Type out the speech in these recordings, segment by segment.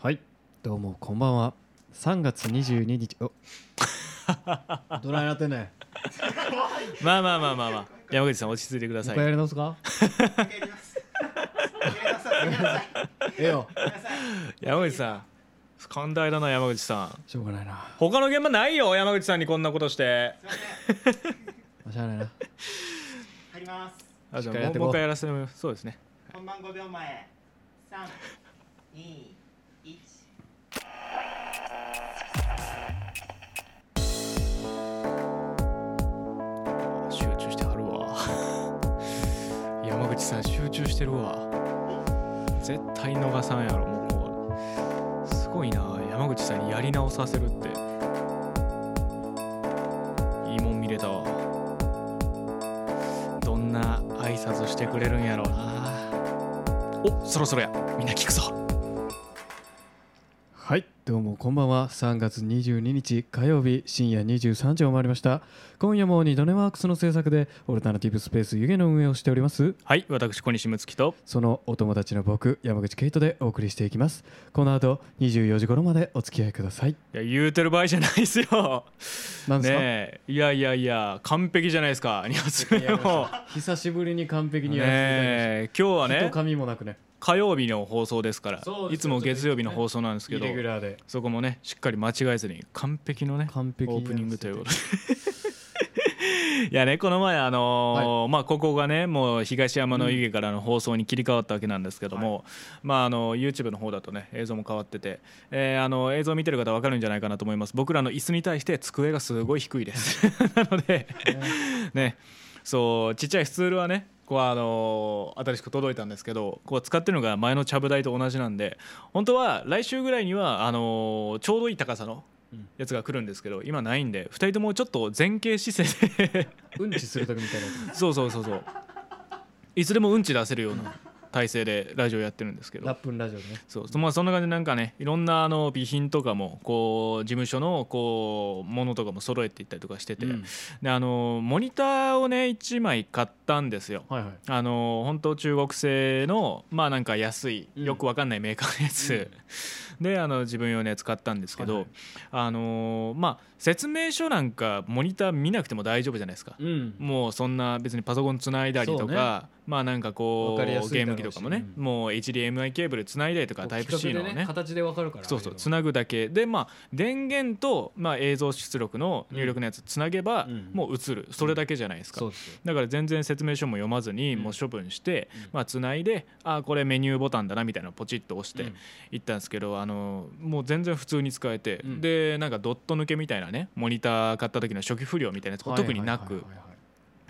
はいどうもこんばんは3月22日 おどないなってんねん。もまあまあまあまあまあ山口さん落ち着いてくだ一さ回やいり直すかやります。やりなさい。やりなさい。ええよ。やりなさい。山口さん不寛大だな山口さんしょうがないな他の現場ないよ山口さんにこんなことしてすみません。しゃあないな入ります。あじゃしっあかりやもっうてこうもう一回やらせてもらいますそうですね本番5秒前。三、二、一。集中してはるわ 山口さん集中してるわ絶対逃さんやろもうこうすごいな山口さんにやり直させるっていいもん見れたわどんな挨拶してくれるんやろうなおそろそろやみんな聞くぞはいどうもこんばんは3月22日火曜日深夜23時を回りました今夜もニドネワークスの制作でオルタナティブスペース湯気の運営をしておりますはい私小西睦月とそのお友達の僕山口ケイトでお送りしていきますこの後24時頃までお付き合いくださいいや言うてる場合じゃないですよなんですか、ねえいやいやいや完璧じゃないですか2発目 も久しぶりに完璧にやらせていただきましたねえ今日は一ね紙もなくね火曜日の放送ですからそうですよいつも月曜日の放送なんですけイどレギュラーでそこもねしっかり間違えずに完璧のね完璧にオープニングということで いやねこの前あのーまあここがねもう東山の湯気からの放送に切り替わったわけなんですけども、まああの YouTube の方だとね映像も変わってて、えーあの映像を見てる方わかるんじゃないかなと思います僕らの椅子に対して机がすごい低いです なのでねそうちっちゃいスツールはねこうあのー新しく届いたんですけどこう使ってるのが前のちゃぶ台と同じなんで本当は来週ぐらいにはあのーちょうどいい高さのやつが来るんですけど今ないんで2人ともちょっと前傾姿勢でうんちするときみ たいなやつそうそうそうそういつでもうんち出せるような体勢でラジオやってるんですけどラップンラジオでねそうそまあ、そんな感じでなんかねいろんなあの備品とかもこう事務所のこうものとかも揃えていったりとかしてて、うんであのモニターをね1枚買ったんですよ。はいはいあの本当中国製のまあなんか安いうんよくわかんないメーカーのやつ、であの自分用のやつ買ったんですけど、はいはいあのまあ説明書なんかモニター見なくても大丈夫じゃないですか、うんもうそんな別にパソコンつないだりとそうねか、まあなんかわこうかりやすいだろうしゲーム機とかもね、うんもう HDMI ケーブルつないだりとかタイプ C の企画ねで形でわかるからそうそうつななぐだけでまあ電源と、まあ、映像出力の入力のやつつなげば、うんもう映るそれだけじゃないですか、そうですよだから全然説明書も読まずにうんもう処分して、うんまあつないであーこれメニューボタンだなみたいなのをポチッと押しうてんいったんですけど、あのもう全然普通に使えて、うんでなんかドット抜けみたいなねモニター買った時の初期不良みたいなやつも特になく、はいはいはいはい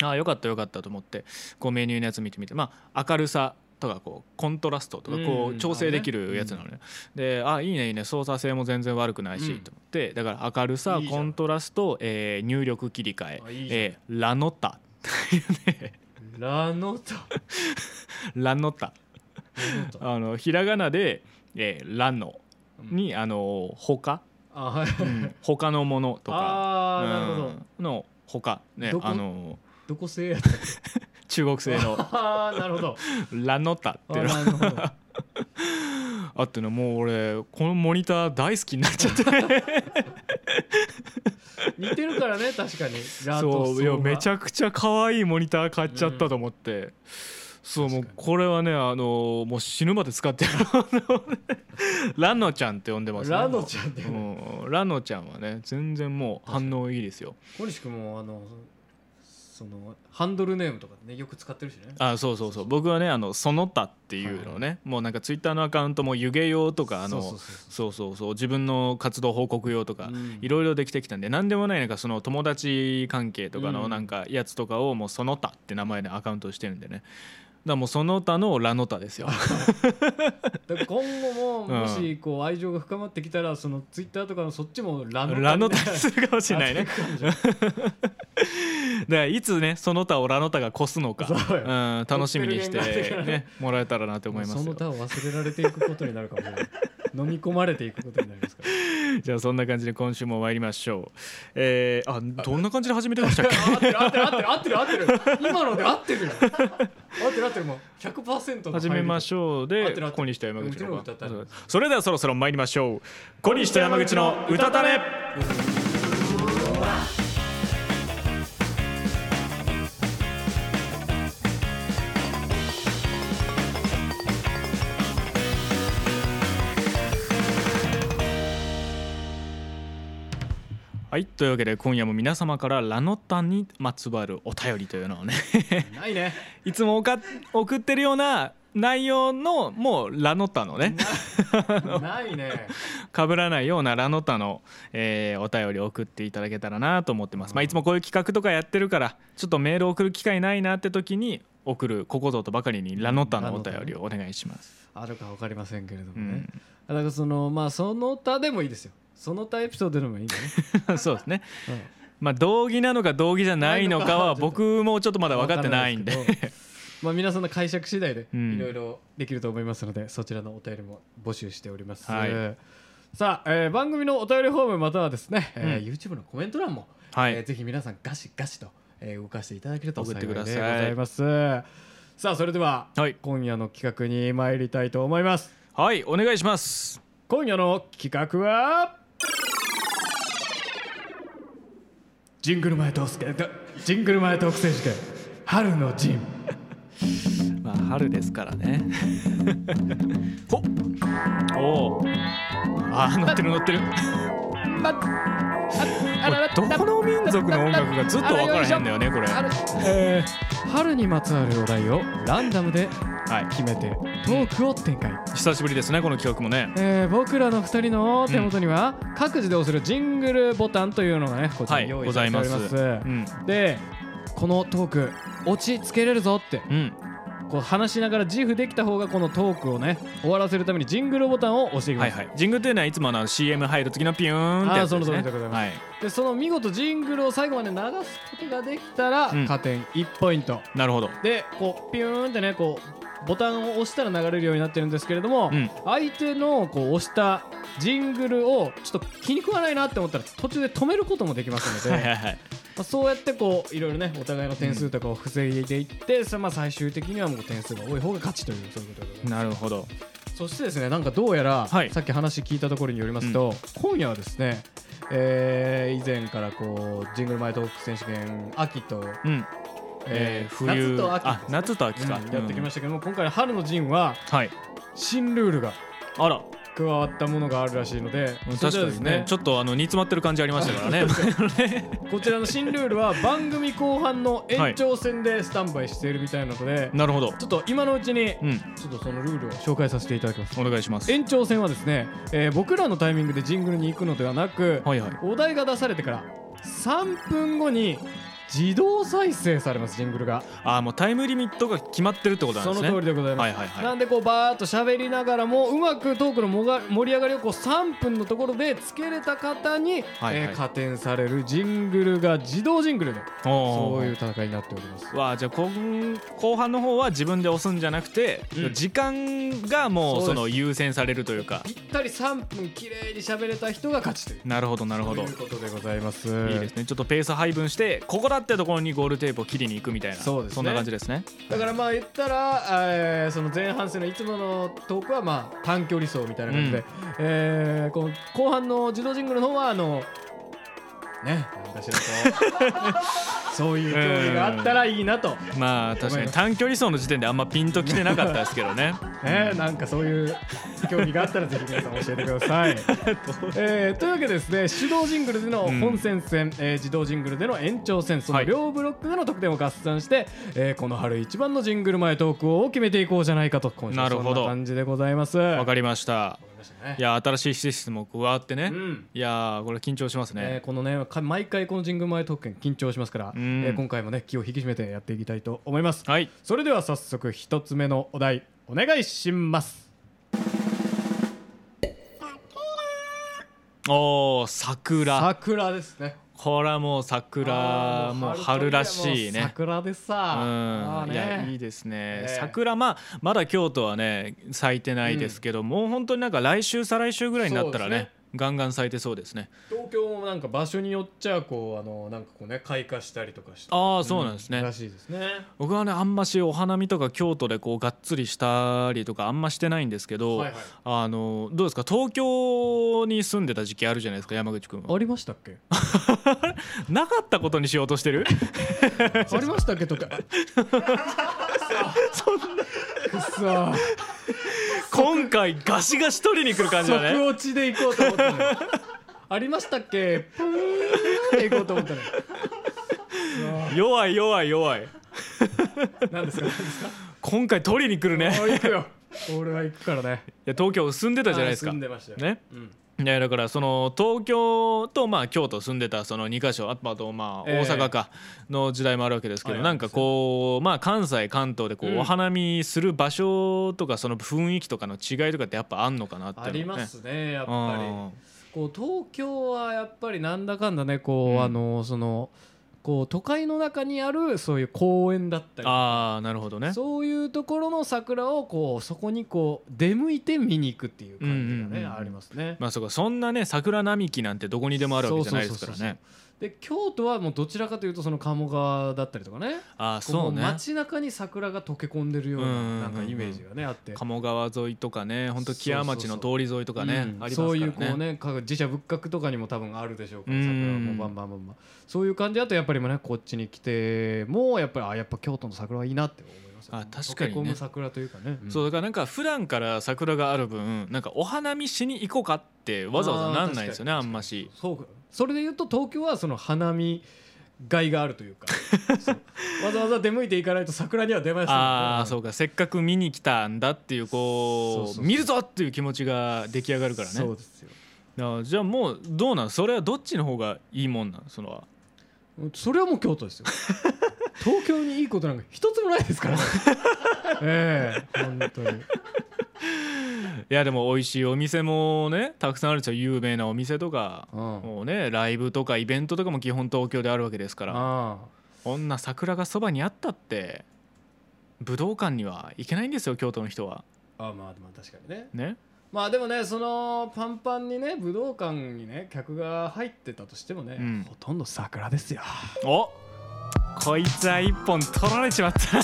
ああよかったよかったと思ってこうメニューのやつ見てみてまあ明るさとかこうコントラストとかこうんう調整できるやつなのね、であいいねいいね操作性も全然悪くないし、うんと思ってだから明るさいいじゃんコントラスト、えー入力切り替えあいいじゃんえーラノッタ ラノタラノッタあのひらがなで、えーラノに、あの他、あ はい他のものとかあーなるほどうんの他ねどこあのどこ製やった中国製 のあーなるほどラノッタっていうのあーなるほどあってのもう俺このモニター大好きになっち ゃって似てるからね確かにラとそういやめちゃゃくちゃ可愛いモニター買っちゃったと思って、そうもう確かこれはねあのもう死ぬまで使ってやろうと思ってラノちゃんって呼んでますねラノちゃんってうんラノちゃんはね全然もう反応いいですよ小西君もあのそのハンドルネームとかねよく使ってるしねあそうそうそう僕はねあのその他っていうのをね、もうなんかツイッターのアカウントも湯気用とかあのそうそうそうそうそうそう自分の活動報告用とかうんいろいろできてきたんで何でもないなんかその友達関係とかうのんなんかやつとかをもうその他って名前でアカウントしてるんでねらもうその他のラの他ですよだから今後もうんもしこう愛情が深まってきたらそのツイッターとかのそっちもラノ ラの他にするかもしれ ないね熱くなるじゃんだからいつねその他をラの他が越すのかそうよん、楽しみにし追ってるて、ね ね、もらえたらなと思いますそのよ他を忘れられていくことになるかもしれない飲み込まれていくことになりますからじゃあそんな感じで今週も参りましょうえー、あどんな感じで始めてましたっけ合ってる合ってる合ってる合ってる今ので合ってるよ合ってる合ってるもう100%の始めましょう合っでてる合ってる小西と山口のうちの歌ったねそれではそろそろ参りましょう小西と山口の歌たねはいというわけで今夜も皆様からラノッタンにまつわるお便りというのをねないねいつもおか送ってるような内容のもうラノッタのね ないね被らないようなラノタの、えーお便りを送っていただけたらなと思ってます、まあ、いつもこういう企画とかやってるからちょっとメールを送る機会ないなって時に送るここぞとばかりにラノタのお便りをお願いします、あるか分かりませんけれどもうねん、だからそのまあその他でもいいですよその他エピソードでもいいんだ ねそうですねうんまあ道義なのか道義じゃないのかは僕もちょっとまだ分かってないんでわからない ですけどまあ皆さんの解釈次第でうんいろいろできると思いますので、そちらのお便りも募集しております、はいさあ、えー番組のお便りフォームまたはですね、えーうん YouTube のコメント欄も、はいえーぜひ皆さんガシガシと、えー動かしていただけると送っ幸ていでくごださいざいますさあそれでは、はい今夜の企画に参りたいと思いますはいお願いします今夜の企画はジングル前トーク選ジングル前トーク選手権春の陣まあ春ですからねほっおおあー乗ってる乗ってるこれどこの民族の音楽がずっと分からへんだよねこれはえー春にまつわるお題をランダムでい決めてトークを展開、久しぶりですねこの企画もねえー僕らの2人の手元には各自で押せるジングルボタンというのがねこちらはにい用ご意さざれいておまりすます、うんでこのトーク落ちつけれるぞってうんこう話しながら自負できた方がこのトークをね終わらせるためにジングルボタンを押していきはまいす、はい神宮というのはいつもあの CM 入る時のピューンってやつですあーその通ねりでございますはいでその見事ジングルを最後まで流すことができたら、うん加点1ポイントなるほどでこうピューンってねこうボタンを押したら流れるようになってるんですけれども、うん相手のこう押したジングルをちょっと気に食わないなって思ったら途中で止めることもできますのはいではいはいまあそうやってこういろいろねお互いの点数とかを防いでいって、さまあ、最終的にはもう点数が多い方が勝ちというそういうことでございますなるほどそしてですねなんかどうやら、はいさっき話聞いたところによりますと、今夜はですね、えー以前からこうジングルマイトーク選手権秋と、うんえー冬夏と秋あ夏と秋うんかやってきまししたけども、今回春の陣はたはい新ルールがあら加わったものがあるらしいので、うんそち確らかですにねねちょっとあの煮詰まってる感じありましたからねこちらの新ルールは番組後半の延長戦でスタンバイしているみたいなので、なるほどちょっと今のうちに、うんちょっとそのルールを紹介させていただきますお願いします延長戦はですね、えー僕らのタイミングでジングルに行くのではなく、はいはいお題が出されてから3分後に自動再生されますジングルがあーもうタイムリミットが決まってるってことなんそですのね通りでございます、はいはいはいなんでこうバーっと喋りながらもうまくトークのもが盛り上がりをこう3分のところでつけれた方に、はいはいえー加点されるジングルが自動ジングルでおーそういう戦いになっておりますわあじゃあ後後半の方は自分で押すんじゃなくて、うん時間がもうそそうですの優先されるというかぴったり3分きれいに喋れた人が勝ちというなるほどなるほどということでございますいいですねちょっとペース配分してここだってところにゴールテープを切りに行くみたいなそうですねんな感じですねだからまあ言ったら、えーその前半戦のいつものトークはまあ短距離走みたいな感じで、うんえーこの後半の自動ジングルの方はあのね何かしらこ うそういう競技があったらいいなと、まあ確かに短距離走の時点であんまピンときてなかったですけど ねね、なんかそういう競技があったらぜひ皆さん教えてくだ さい、えーというわけでですね手動ジングルでの本戦戦、えー自動ジングルでの延長戦そのはい両ブロックでの得点を合算して、えーこの春一番のジングル前トークを決めていこうじゃないかと今週なるそほんどな感じでございますわかりましたましたねいや新しいシステムを加わってね、うんいやーこれ緊張しますえーね、このねか毎回この神宮前特権緊張しますから、うんえー今回もね気を引き締めてやっていきたいと思います、はいそれでは早速一つ目のお題お願いしますおお桜桜ですねこれはもうあ桜ーもう春らしいもうね桜でさうん、あーいやいいねですね、ええ桜まあまだ京都はね咲いてないですけど、もう本当になんか来週再来週ぐらいになったらそうねですガンガン咲いてそうですね東京もなんか場所によっちゃこうあのなんかこうね開花したりとかしてああそうなんですね、らしいですね僕はねあんましお花見とか京都でこうがっつりしたりとかあんましてないんですけど、はいはいあのどうですか東京に住んでた時期あるじゃないですか山口君はありましたっ けなかったことにしよう としてるありましたっけとかそんなくっ今回ガシガシ取りに来る感じそだ即ね落ちで行こうと思ったのよありましたっけプーンで行こうと思ったのよ弱い弱い弱い何ですか何ですか今回取りに来るね俺行くよ俺は行くからねいや東京住んでたじゃないですあかー住んでましたよねうんいやだからその東京とまあ京都住んでたその2か所あとあとまあええ大阪かの時代もあるわけですけど、はいはいなんかこうまあ関西関東でこううんお花見する場所とかその雰囲気とかの違いとかってやっぱあんのかなってありまやすねやっっぱりこう東京はやっぱりなんだかんだねこう、うんあのそのこう都会の中にあるそういう公園だったりああなるほどねそういうところの桜をこうそこにこう出向いて見に行くっていう感じがうんうんねうんうんありますね。まあそうかそんなね桜並木なんてどこにでもあるわけじゃないですそからうそうねそで京都はもうどちらかというとその鴨川だったりとかねああそうこうね街中に桜が溶け込んでるよううんうんうんななんかイメージがねあって。鴨川沿いとかね本当木屋町の通り沿いとかねうんありますからねそういうこうねか自社仏閣とかにも多分あるでしょうからうん桜はもうバンバンバンバンそういう感じだとやっぱりねこっちに来てもやっぱりあやっぱ京都の桜はいいなって思いますよあ確かにね溶け込む桜というかねそうだからなんか普段から桜がある分なんかお花見しに行こうかってわざわざなんないですよねあーあんましそうそれで言うと東京はその花見街があるという かそうわざわざ出向いていかないと桜には出ませんからああそうかせっかく見に来たんだっていうそうこそううそう見るぞっていう気持ちが出来上がるからねそうですよあーじゃあもうどうなんそれはどっちの方がいいもんなんそのそれはもう京都ですよ 東京にいいことなんか一つもないですから ねええ本当にいやでも美味しいお店もねたくさんあるんですよ有名なお店とかうんもうねライブとかイベントとかも基本東京であるわけですからああこんな桜がそばにあったって武道館には行けないんですよ京都の人はあまあまあ確かにねねまあでもねそのパンパンにね武道館にね客が入ってたとしてもね、うんほとんど桜ですよおこいつは一本取られちまった、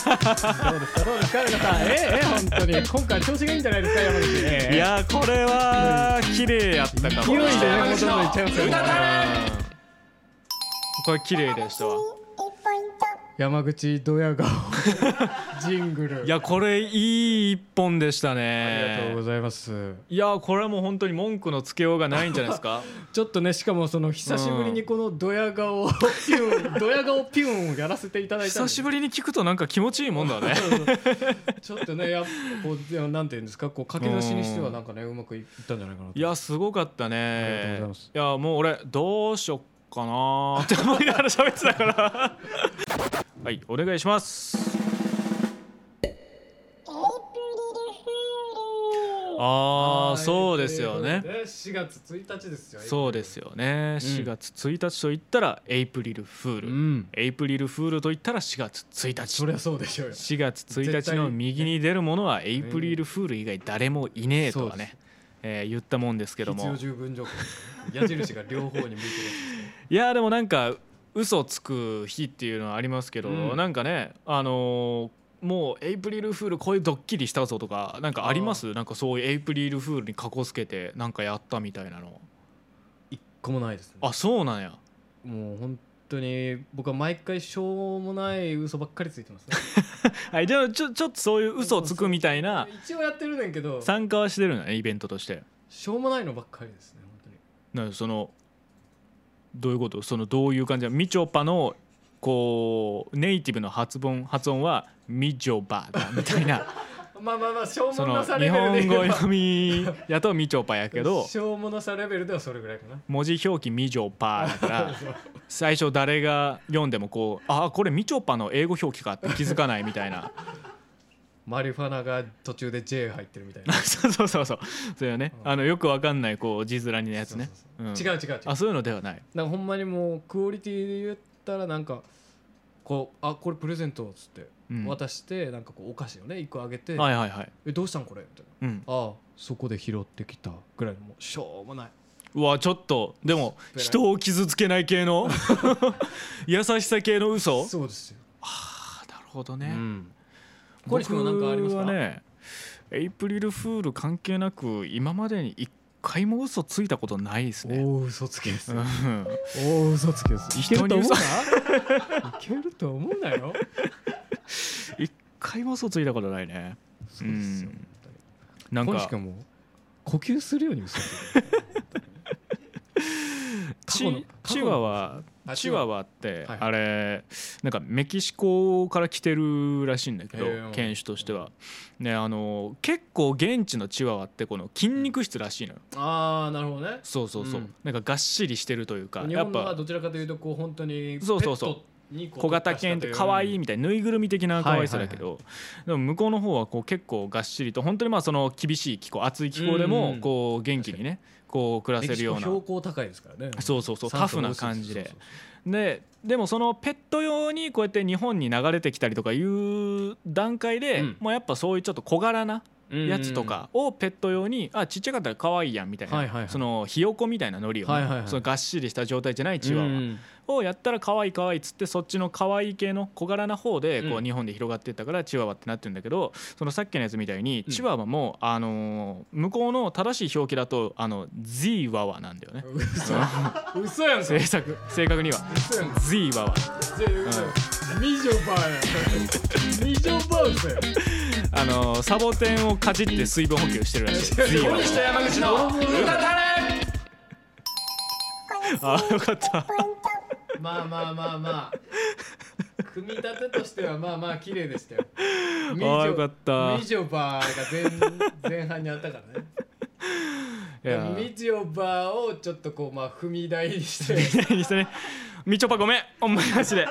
どうですかどうですか皆 さんええええ本当に今回調子がいいんじゃないですか山口、ええいやーこれは綺麗やったかも勢いでねほとんどいっちゃいますよねこれ綺麗でしたわ山口ドヤ 顔ジングルいやこれいい一本でしたありがとうごねざいますいやーこれはもう本当に文句のつけようがないんじゃないです かちょっとねしかもその久しぶりにこのドヤ顔をピュンドヤ顔ピュンをやらせていただいたんで久しぶりに聞くとなんか気持ちいいもんだね ちょっとねやっぱこうでなんていうんですかこう駆け出しにしてはなんかねうまくいったんじゃないかなといやすごかったありがとうごねざいますいやもう俺どうしよっかなー って思いながら喋ってたから はいお願いしますああそうですよね4月1日ですよそうですよね、4月1日と言ったらエイプリルフール、うんエイプリルフールと言ったら4月1そ日りゃそうでしょうよ4月1日の右に出るものはエイプリルフール以外誰もいねえとはそうでね、えー言ったもんですけど必も要十分条項矢印が両方に向いてるやつですねいやでもなんか嘘つく日っていうのはありますけど、うんなんかねあのーもうエイプリルフールこういうドッキリしたぞとかなんかありますなんかそういうエイプリルフールにかこつけてなんかやったみたいなの一個もないですねあそうなんやもう本当に僕は毎回しょうもない嘘ばっかりついてますねはいじゃあちょちょっとそういう嘘をつくみたいな一応やってるねんけど参加はしてるのねイベントとしてしょうもないのばっかりですね本当になんかそのどういうことそのどういう感じなみちょぱのこうネイティブの発音発音はみちょぱだみたいなまあまあまあしょうそものなさ日レベルで本語言え ば読みやとみちょぱやけ どしょうもなさレベルではそれぐらいかな文字表記みちょぱだから最初誰が読んでもこうあこれみちょぱの英語表記かって気づかないみたいな マリファナが途中で J 入ってるみたいなそうそうそうそうそれはねあのよくわかんないこう字面のやつねうん違う違う違うあそういうのではないなんかほんまにもうクオリティで言ったらなんかこう「あこれプレゼント」っつってうん渡してなんかこうお菓子をね一個あげてはいはいはい「えどうしたんこれ?」みたいなうん「ああそこで拾ってきた」ぐらいのもうしょうもないうわちょっとでも人を傷つけない系の 優しさ系の嘘そうですよあなるほどうね、ん小西君は何かありますか僕はねエイプリルフール関係なく今までに一回も嘘ついたことないですねおお嘘つけですうよんおお嘘つけですいけ人るとに思う嘘ないけると思うなよ一回も嘘ついたことないねそうですようんなん小西か君も呼吸するように嘘ついてる過去のチチワワあチワワってはいあれなんかメキシコから来てるらしいんだけどへえ犬種としてはねあの結構現地のチワワってこの筋肉質らしいのよああなるほどねそうそうそううんなんかがっしりしてるというか日やっ本のはぱどちらかというとこう本当にそうそうそうペットにこう小型犬って可愛いみたいなぬいぐるみ的な可愛さだけど、でも向こうの方はこう結構がっしりと本当にまあその厳しい気候暑い気候でうんうもんこう元気にねこう暮らメせキシるよコうな標高高いですからねそうそうそう酸タ素多フいなですよ感じでそうそうででもそのペット用にこうやって日本に流れてきたりとかいう段階で、うんもうやっぱそういうちょっと小柄なそうやつとかをペット用にあちっちゃかったら可愛いやんみたいな、はいはいはいそのひよこみたいなノリをね、はいはいはいそのがっしりした状態じゃないうんチワワ、うんをやったら可愛い可愛いっつってそっちの可愛い系の小柄な方でこううん日本で広がっていったからチワワってなってるんだけどそのさっきのやつみたいにうんチワワもあのー向こうの正しい表記だとあの Z ワワなんだよね嘘嘘やんそ正れ確正確には嘘やん Z ワワ全然嘘やんミジョバーやんミジョバー嘘やんあのーサボテンをかじって水分補給してるらしい Z ワ小西と山口の歌たれワあよかったまあまあまあまあ組み立てとしてはまあまあ綺麗でしたよミジああよかョったミジョバーが前前半にあったからねいやーミジョバーをちょっとこうまあ踏み台にして にしてねみちょぱごめんお前マジで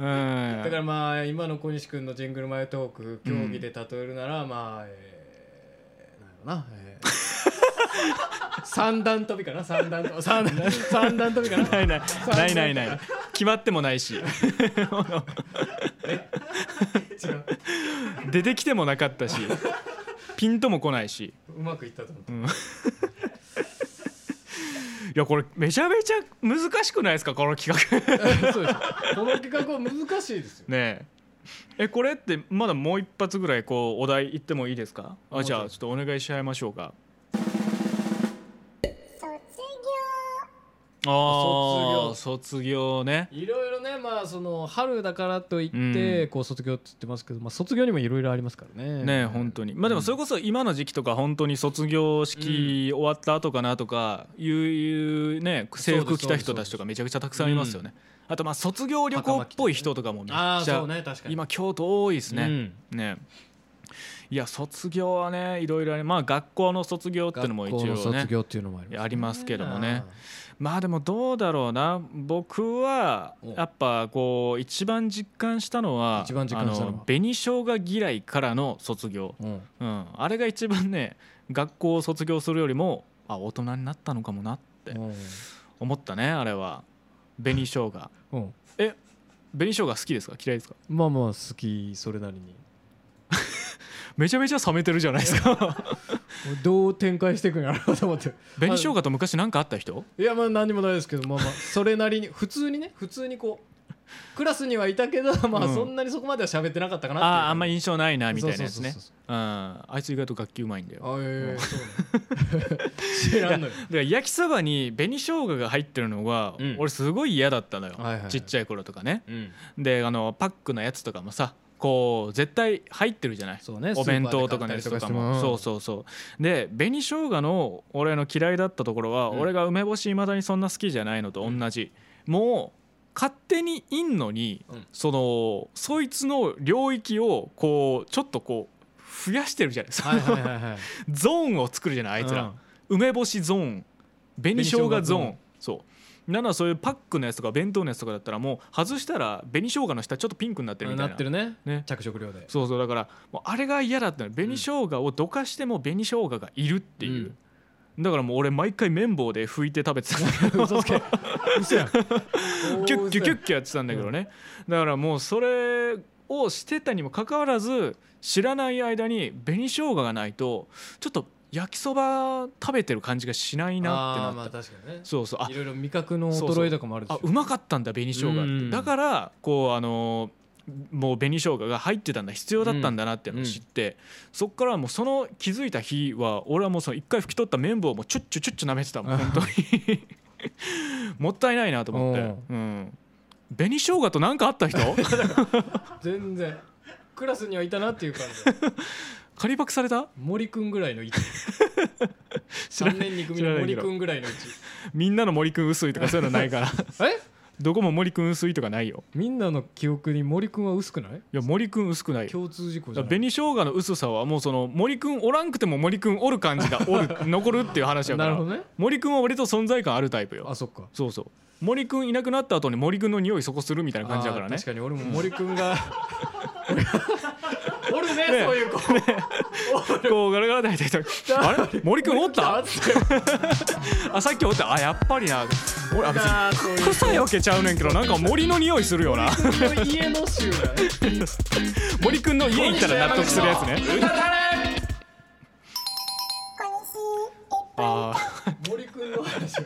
うんだからまあ今の小西君のジングルマイトーク競技で例えるならまあ、えー、なんやろな、えー 三段跳びかな三段跳び三段三段跳びかなないないないないない決まってもないし違う出てきてもなかった しピンとも来ないしうまくいったと思った、いやこれめちゃめちゃ難しくないですかこの企 画 ねそうですこの企画は難しいですよええこれってまだもう一発ぐらいこうお題言ってもいいですかあじゃあちょっとお願いしちゃいましょうかああ卒業ねいろいろねまあその春だからといって、うんこう卒業って言ってますけど、まあ、卒業にもいろいろありますからねねえ本当にまあでもそれこそ今の時期とか本当に卒業式終わった後かなとかいういうね制服着た人たちとかめちゃくちゃたくさんいますよねあとまあ卒業旅行っぽい人とかもめっちああそうゃね確かに今京都多いですうねんねいや卒業はねいろいろありまあ学校の卒業っていうのも一学校応のね卒業っていうのもあります、ありますけどもねまあでもどうだろうな僕はおやっぱこう一番実感したのは一番実感したのはあ紅生姜嫌いからの卒業、うんうん、あれが一番ね学校を卒業するよりもあ大人になったのかもなってうん思ったねあれは紅生姜うんえ紅生姜好きですか嫌いですかまあまあ好きそれなりにめちゃめちゃ冷めてるじゃないですかどう展開していくんやろうと思って 紅生姜と昔なんかあった人いやまあ何もないですけどまあまあそれなりに 普通にね普通にこうクラスにはいたけどまあうんそんなにそこまでは喋ってなかったかなっていうあーあんま印象ないなみたいなやつねそうそううんあいつ意外と楽器うまいんだよあええそうなの 知らん のよだから焼きそばに紅生姜が入ってるのがうん俺すごい嫌だったのよ、はいはいはいちっちゃい頃とかねうんであのパックのやつとかもさこう絶対入ってるじゃないそうねお弁当とかのやつとかもそううそうそうで紅生姜の俺の嫌いだったところは、うん俺が梅干しいまだにそんな好きじゃないのと同じ、もう勝手にいんのに、うんそのそいつの領域をこうちょっとこう増やしてるじゃないそのはいはいはいはい ゾーンを作るじゃないあいつら、うん梅干しゾーン紅生姜ゾーン紅生姜ゾーンそうならそういうパックのやつとか弁当のやつとかだったらもう外したら紅生姜の下ちょっとピンクになってるみたいななってるねね着色料でそうそうだからもうあれが嫌だったの紅生姜をどかしても紅生姜がいるっていう、だからもう俺毎回綿棒で拭いて食べてたんだけど嘘つけ嘘やんキュッキュキュッキュやってたんだけどね、だからもうそれをしてたにもかかわらず知らない間に紅生姜がないとちょっと焼きそば食べてる感じがしないなってなあっあて、まあ確かにねそうそうあいろいろ味覚の衰えとかもあるでしあょうまかったんだ紅生姜っうてんだからこうあのーもう紅生姜が入ってたんだ必要だったんだなっていうのを知って、そっからもうその気づいた日は俺はもうその一回拭き取った綿棒をもうちょっちょちょっちょ舐めてたもん本当に もったいないなと思って、うん、紅生姜と何かあった 人全然クラスにはいたなっていう感じ仮パクされた森くんぐらいの位置知ら3年2組知らのないけ森どくんぐらいの位置みんなの森くん薄いとかそういうのないから えどこも森くん薄いとかないよみんなの記憶に森くんは薄くないいや森くん薄くないよ共通事項じだゃからない紅生姜の薄さはもうその森くんおらんくても森くんおる感じがおる残るっていう話やかなるらほどね森くんは割と存在感あるタイプよあそっかそうそう森くんいなくなった後に森くんの匂いそこするみたいな感じだからあーね確かに俺も森くんが俺がおるねそういう子こうガラガ ラ抱いてるとあれ森くんおったあさっきおったあやっぱりな俺あ別にあーそういう臭いわけちゃうねんけどなんか森の匂いする よな森くんの家の集だね森くんの家行ったら納得するやつねああ森くんの話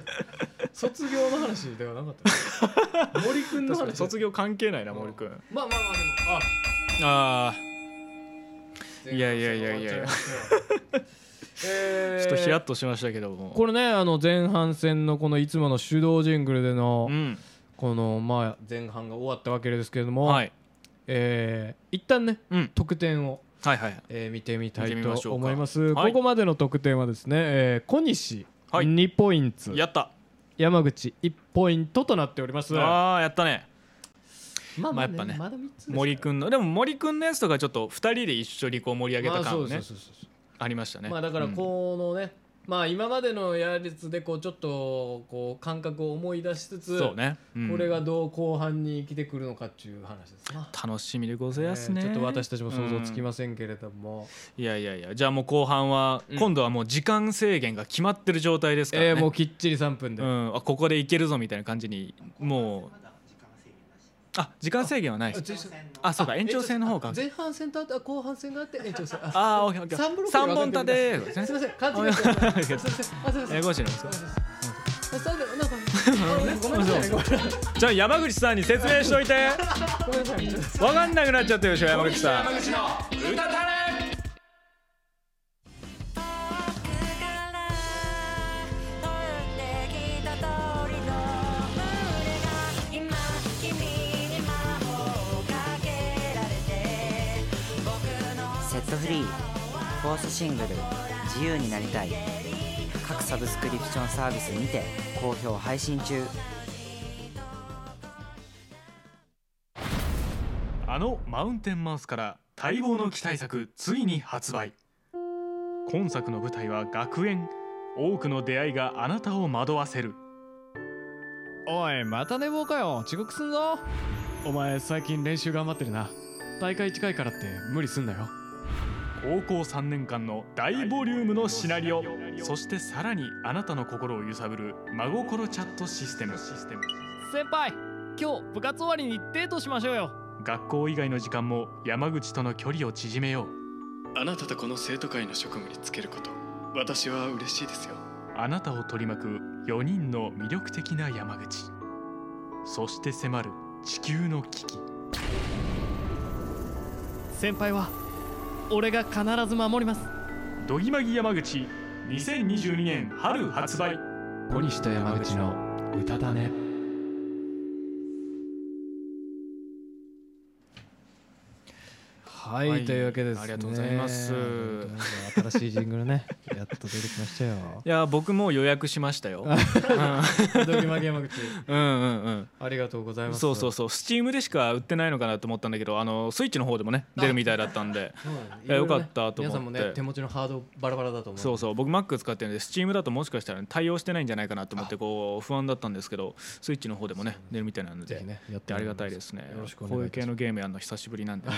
卒業の話ではなかった森くんの確かに話卒業関係ないな森くんまあまあまあああでもあいやいやいやいやいや えーちょっとヒヤッとしましたけどもこれねあの前半戦のこのいつもの手動ジングルでのうんこのまあ前半が終わったわけですけれども、はいえー一旦ねうん得点を、はいはいえー見てみたい見てみましょうとか思いますはいここまでの得点はですね、えー小西はい2ポイント、やった山口1ポイントとなっておりますあーやったねまあまあやっぱねまだ3つですから森くんのでも森くんのやつとかちょっと2人で一緒にこう盛り上げたまあそ感うねそうそうそうそうありましたねまあだからうんこのね、まあ今までのやつでこうちょっとこう感覚を思い出しつつそうねうんこれがどう後半に生きてくるのかっていう話ですな、楽しみでございますねえーちょっと私たちも想像つきまませんけれども、いやいやいやじゃあもう後半はうん今度はもう時間制限が決まってる状態ですからねえーもうきっちり3分で、うんあここでいけるぞみたいな感じにもうまだ時間制限なしあ時間制限はないあ挑戦のあそうか延長戦の方か前半戦とあとあ後半戦があって延長戦ああーオッケーオッケー三ブロック三本立てすいません勘違いしあていやましたすいませんあすいません えごめんなさいあそうだなんか あごめんなさいごめんなさいじゃあ山口さんに説明しと いてごめんなさいちょっとわかんなくなっちゃったでしょ山口さんセットフリーフォースシングル「自由になりたい」各サブスクリプションサービスにて好評配信中あのマウンテンマウスから待望の期待作ついに発売今作の舞台は学園多くの出会いがあなたを惑わせるおいまた寝坊かよ遅刻すんぞお前最近練習頑張ってるな大会近いからって無理すんなよ高校3年間の大ボリュームのシナリオそしてさらにあなたの心を揺さぶる真心チャットシステム先輩今日部活終わりにデートしましょうよ学校以外の時間も山口との距離を縮めようあなたとこの生徒会の職務につけること私は嬉しいですよあなたを取り巻く4人の魅力的な山口そして迫る地球の危機先輩は俺が必ず守りますどぎまぎ山口2022年春発売小西と山口の歌だねはい、はいというわけですねありがとうございます本当に新しいジングルね やっと出てきましたよいや僕も予約しましたよ。ドキマギ山口うんうんうん。 ありがとうございますそうそうそう。スチームでしか売ってないのかなと思ったんだけど、あのスイッチの方でもね出るみたいだったんで。そうなんですいやよかったと思って皆さんもね手持ちのハードバラバラだと思うそうそう僕 Mac 使ってるんで Steam だともしかしたらね対応してないんじゃないかなと思ってこう不安だったんですけどスイッチの方でもね出るみたいなのでぜひねやってでありがたいですねよろしくおこう願いいういた系しまのゲームやるの久しぶ りなんで、うん、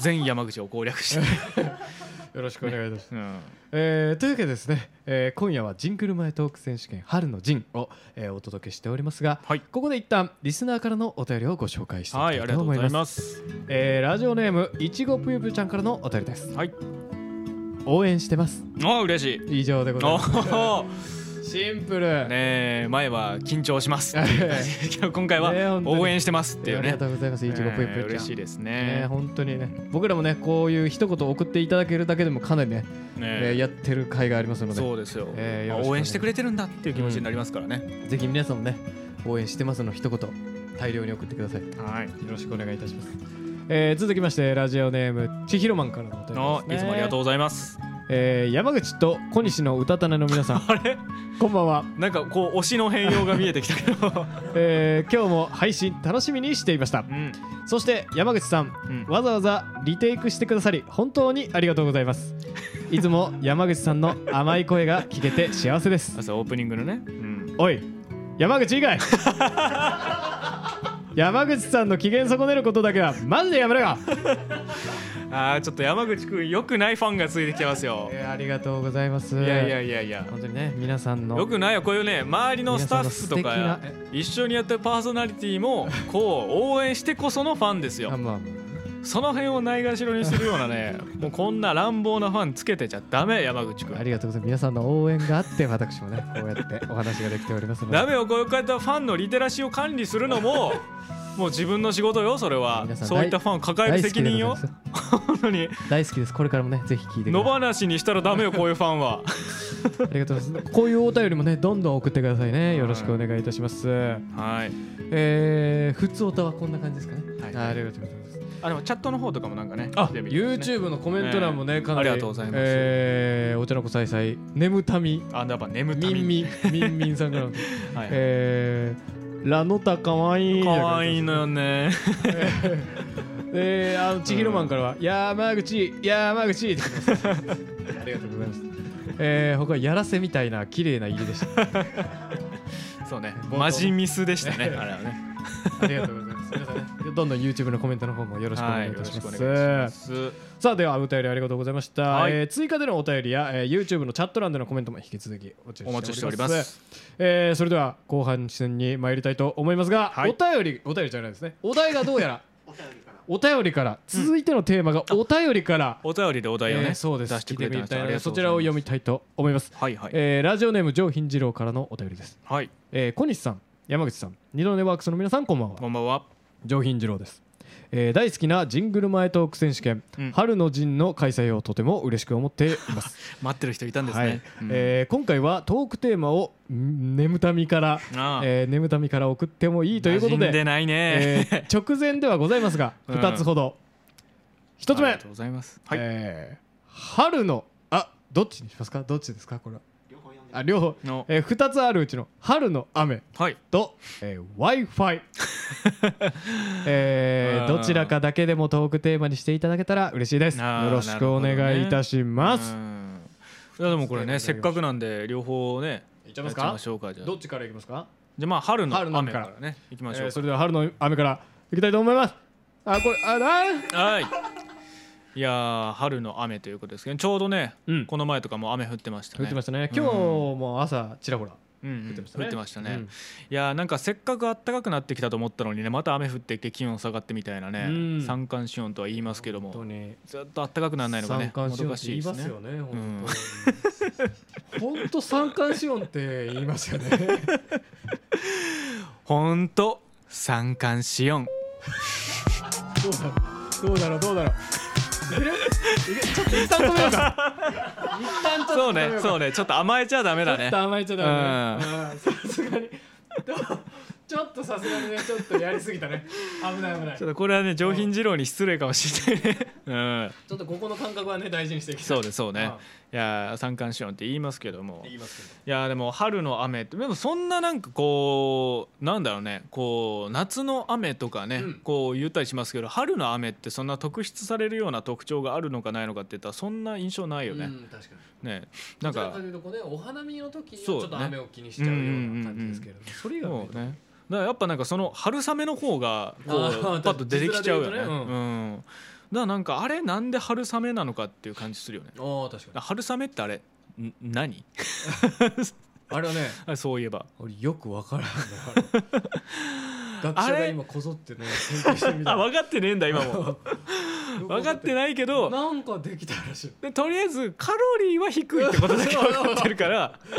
全山口を攻略して、すよろしくお願いいたしますうん、えーというわけでですね、えー今夜はジングル前トーク選手権春の陣を、えーお届けしておりますが、はいここで一旦リスナーからのお便りをご紹介していきはたいありいがととう思ごいざまいす、ますえーラジオネームいちごぷゆぷゆちゃんからのお便りですはい応援してますあ嬉しい以上でございおますーシンプル、ねえ前は緊張しますっていう感じ 今回はねえ本当に応援してますっていうありねがとうございますいちごぷゆぷゆちゃん、えー嬉しいですねね本当にね僕らもねこういう一言送っていただけるだけでもかなりね、えーねやってる回がありますのでそうですよ,、えーよろしくお願いします応援してくれてるんだっていう気持ちになりますからね、ぜひ皆さんもね応援してますの一言大量に送ってくださいよはいろしくお願いいたします、えー続きましてラジオネームちひろまんからのお便ありいです、ね、つもありがとうございます。えー山口と小西のうたたねの皆さん あれこんばんは、なんかこう推しの変容が見えてきた けど、えー今日も配信楽しみにしていましたうんそして山口さんうん、わざわざリテイクしてくださり本当にありがとうございますいつも山口さんの甘い声が聞けて幸せです朝オープニングのね、うん、おい山口以 外山口さんの機嫌損ねることだけはマジでやめろよ、ああちょっと山口くん良くないファンがついてきてますよ。ありがとうございますいやいやいやいや。本当にね皆さんのよくないよこういうね周りのスタッフとか皆さんのや素敵一緒にやってるパーソナリティもこう応援してこそのファンですあよまあまあその辺をないがしろにするよう なねもうこんな乱暴なファンつけてちゃダメ山口くあんりがとうございます皆さんの応援があって私もね こうやってお話ができておりますのでダメよこういうやったファンのリテラシーを管理するのももう自分の仕事よそれは皆さんそういったファンを抱える責任よ大好きでござい本当にます大好きですこれからもねぜひ聞いてくだ野さい放しにしたらダ メよこういうファンはありがとうございますこういうお便りもねどんどん送ってくださいねよろしくお願いいたします、はいえー、普通歌はこんな感じですかね、はいあありがとうございますあでもチャットの方とかもなんかねあ、見てみてね YouTube のコメント欄もね、ねかなりありがとうございますえーお茶の子さいさい、眠たみ、あやっぱ眠たみみんみん、みんみんさん からの、はいえー、ラノタかわいい。かわいいのよねえー、あのちひろマンからは、山口、山口って来てます。 ありがとうございます。えー、他はやらせみたいな綺麗な入りでした。そうね冒頭マジミスでしたね あれはね ありがとうございます。皆さんね、どんどん YouTube のコメントの方もよろしくおは願いいいよたろししくおま願いす。しますさあではお便りありがとうございました、はいえー追加でのお便りや、えー YouTube のチャット欄でのコメントも引き続きお待ちしておりますお待ちしておりますえーそれでは後半戦に参りたいと思いますが、はいお便りお便りじゃないですねお題がどうやらお便りからお便りから続いてのテーマがお便りから、お便りでお題をえねーそうです出してくれた聞いてみたいのでりがとそうごちざいらまをす読みたいと思います、はいはいえーラジオネーム上品次郎からのお便りです、はいえー小西さん山口さん二度のネワークスの皆さんこんばんはこんばんは上品次郎です、えー大好きなジングル前トーク選手権、うん春の陣の開催をとても嬉しく思っています 待ってる人いたんですはいねうんえー今回はトークテーマをん眠たみから、ああえー眠たみから送ってもいいということ馴染んででないねえー直前ではございますがうん2つほど、1つ目ありがとうございますはいえー春のあどっちにしますかどっちですかこれは両方読んであ両方、のえ2つあるうちの春の雨はいと、え w i f i えーうどんちらかだけでもトークテーマにしていただけたら嬉しいですあーよろしくお願いいたします、うんいやでもこれねせっかくなんで両方ねいっちゃいやまっすちゃいかましょうかじゃあどっちからいきますかじゃあまあ春の春の雨雨かかららねいきましえょうーそかれでは春の雨からいきたいと思いますあこれあなはいいやー春の雨ということですけどちょうどねうんこの前とかも雨降ってましたね降ってましたね今日も朝ちらほらうんうん降ってましたね降ってましたねうんいやーなんかせっかく暖かくなってきたと思ったのにねまた雨降ってきて気温下がってみたいなね、うん三寒四温とは言いますけど本当もにずっと暖かくならないのがね三寒も四ど温かってし言いいですますねよね本当に本当三寒四温って言います よねほんと三寒四温どうだろうどうだろうどうだろういけるいけちょっと一旦止めようか一旦ちょっ そと止うめよねうかそうねちょっと甘えちゃダメだちょねっと甘えちゃダメねうんさすがにでもちちょっとさすがにねちょっとやりすぎたね危ない危ないちょっとこれはね上品二郎に失礼かもしれないねうんちょっとここの感覚はね大事にしていきたいそうですそうねああいやー三寒四温って言いますけども言いますけどいやーでも春の雨ってでもそんななんかこうなんだろうねこう夏の雨とかね、うんこう言ったりしますけど春の雨ってそんな特筆されるような特徴があるのかないのかって言ったらそんな印象ないようね、ん確かにねななんんかかというとこうねお花見の時にはちそうょねっと雨を気にしちゃうような感じですけれどもそれ以外はそねうねだからやっぱなんかその春雨の方がこあうーパッと出てきちゃうよね字面で言うとねうん、だからなんかあれなんで春雨なのかっていう感じするよねああ確かに春雨ってあれん何 あれはねあそういえば俺よくわからんのよあれ学者が今こぞってね研究してみたあ分かってねえんだ今 も分かってない けどなんかできたらしいでとりあえずカロリーは低いってことだけ分かってるから まあ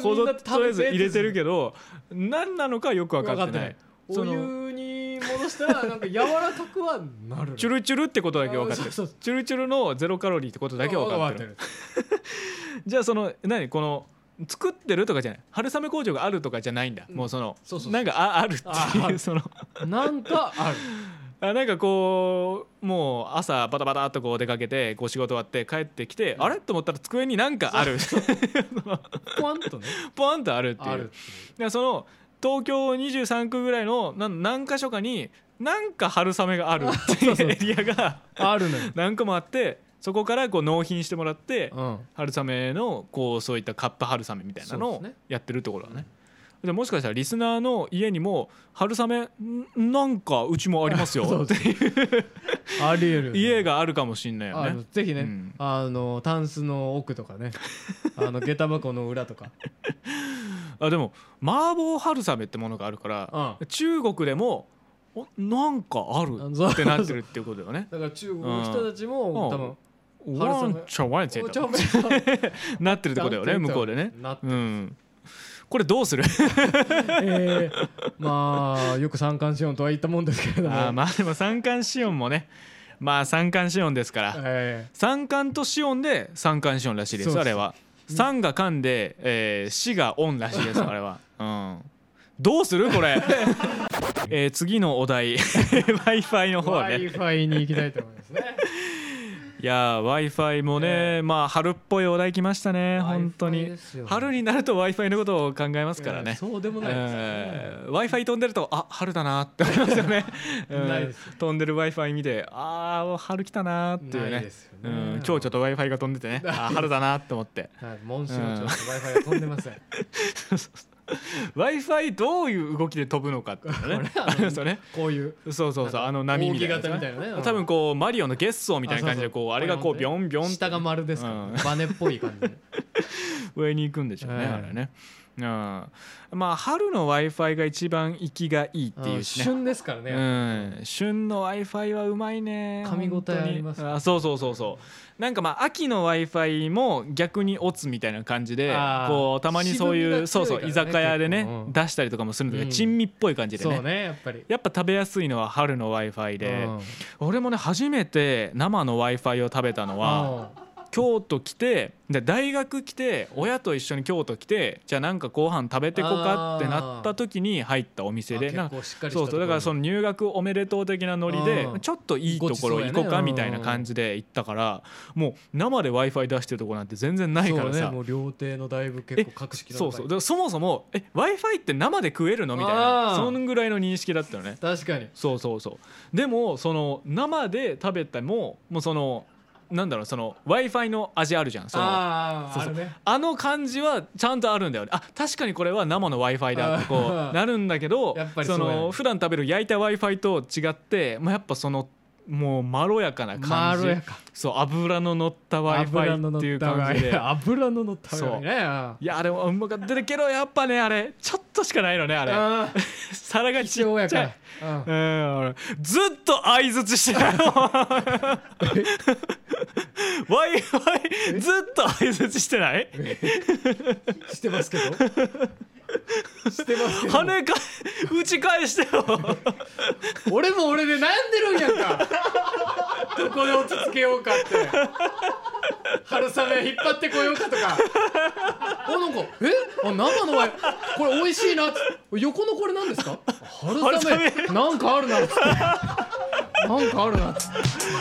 こみんぞなとりあえず入れてるどけど何なのかよく分かってないそおの湯に戻したらなんか柔らかくはなるチュルチュルってことだけ分かってるあそうそうチュルチュルのゼロカロリーってことだけ分かってるじゃあその何この作ってるとかじゃない春雨工場があるとかじゃないんだ、もうそのそうそうそうなんかああるってああいる うそのなんかあるあなんかこうもう朝バタバタっとこう出かけてこう仕事終わって帰ってきて、あれと思ったら机になんかあるポワンとね ポワンとあるっていうあるっていうでその東京23区ぐらいのなん何箇所かになんか春雨があるっていうエリアがあるのよ何個もあってそこからこう納品してもらってうん春雨のこうそういったカップ春雨みたいなのそうをですねやってるところはね。でもしかしたらリスナーの家にも春雨んなんかうちもありますよっていうありえる家があるかもしんないよあねの。ぜひね、うんあのタンスの奥とかねあの下駄箱の裏とかあでも麻婆春雨ってものがあるから、う中国でもおなんかあるってなってるっていうことだよね。だから中国の人たちも、うん多分春ワ雨ンチャワンチェおと茶目さなってるってことだよね向こうでね。なってうん、これどうするえーまあよく三寒四温とは言ったもんですけれどもあーまあでも三寒四温もねまあ三寒四温ですから、え三寒と四温で三寒四温らしいですそうそうあれは三が寒で、えー、四が温らしいですあれは、うん、どうするこ れ、えー次のお題 w i f i のー、方 w ね i f i に行きたいと思いますねいや w i f i もね、まあ春っぽいお題来ましたね 本当 Wi-Fi にですよ春になると w i f i のことを考えますからえね、ーそうでもないですよね、 w i f i 飛んでるとあ春だなって思いますよねう んないです飛んでる w i f i 見てあー春来たなーっていうないねですようねん蝶々と w i f i が飛ん でてねあー春だなって思ってはい、モンシロチョウと Wi-Fi が飛んでません。 w i f i どういう動きで飛ぶのかっていうのねあれ ですよねこういう。そうそうそうあの波みたいな扇形みたいなねうん多分こうマリオのゲッソーみたいな感じでこうあれがこうビョンビョンって下が丸ですから、うんねバネっぽい感じで。上に行くんでしょうね、はいあれね、うん、まあ春の w i f i が一番生きがいいっていうしね旬ですからね。うん、旬の w i f i はうまいね噛み応えあります本当にあそうそうそうそうなんかまあ秋の w i f i も逆にオツみたいな感じであーこうたまにそういう、渋みが強そいうからそねう居酒屋でね、結構うん出したりとかもするんだけうんど珍味っぽい感じでそねうね、やっぱり。やっぱ食べやすいのは春の w i f i で、うん俺もね初めて生の w i f i を食べたのは、京都来てで大学来て親と一緒に京都来てじゃあなんかご飯食べてこかってなった時に入ったおう店んであなん結か構しっかりしたそうそうだからその入学おめでとう的なノリでうんちょっといいところ行こうかみたいな感じで行ったからもう生で w i f i 出してるとこなんて全然ないからそうね、さもう料亭のだいぶ結構格式のそう高いそうだからそもそも「え w i f i って生で食えるの?」みたいあなーそんぐらいの認識だったのね確かに。そうそうそうでもその生で食べてももうそのなんだろうその w i f i の味あるじゃんそのああ、そうそうあるね。あの感じはちゃんとあるんだよねあ確かにこれは生の w i f i だってこあー うなるんだけどやっぱりそうそやねの普段食べる焼いた w i f i と違って、まあ、やっぱそのもうまろやかなま感ろじやか。そう油の乗った w i f 油の i 乗っていうった感じで Wi-Fi 油の乗った Wi-Fi ね。 いやあれもうまかったけどやっぱねあれちょっとしかないのねあれあー皿がち一応っやちかゃらい。うんうん、俺ずっと相づちし て たよ w i f i ずっと相づちしてないしてますけど。してますけど。跳ねか打ち返してよ俺も俺で悩んでるんやんかどこで落ち着けようかって春雨引っ張ってこようかとかあなんかえあ生のワインこれ美味しいなっつって横のこれ何ですか春雨なんかあるなっつってなんかあるなっつっ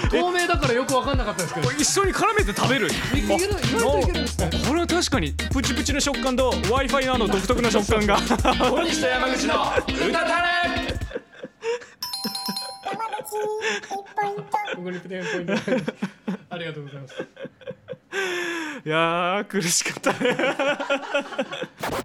て透明だからよく分かんなかったですけどこれ一緒に絡めて食べるいける意外といけるんですねこれは確かにプチプチの食感と w i f i のあの独特な食 感が小西と山口の歌たれここにプレーンポイントありがとうございますいやー苦しかったね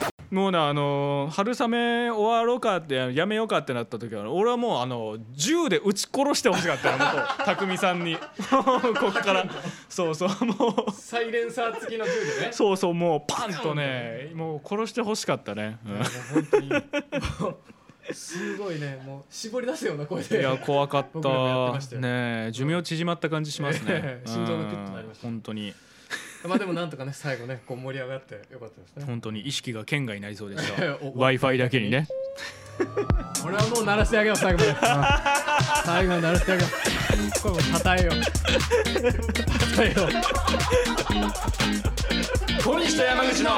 もうなあのー春雨終わろうかってやめようかってなった時は俺はもうあの銃で撃ち殺してほしかったよもう匠さ んに こっからそうそうもうサイレンサー付きの銃でねそうそうもうパンとねもう殺してほしかったね、うん本当にもうすごいねもう絞り出すような声でいや怖かっ僕らもやってましたたよねえ寿命縮まった感じしますねえ え心臓がクッとなりましたうん本当にまあでもなんとかね最後ねこう盛り上がってよかったですね本当に意識が県外になりそうでした お w i f i だけにね俺はもう鳴らしてあげよう最 後までうん最後まで鳴らしてあげようこれもうたえようたえよう小西と山口の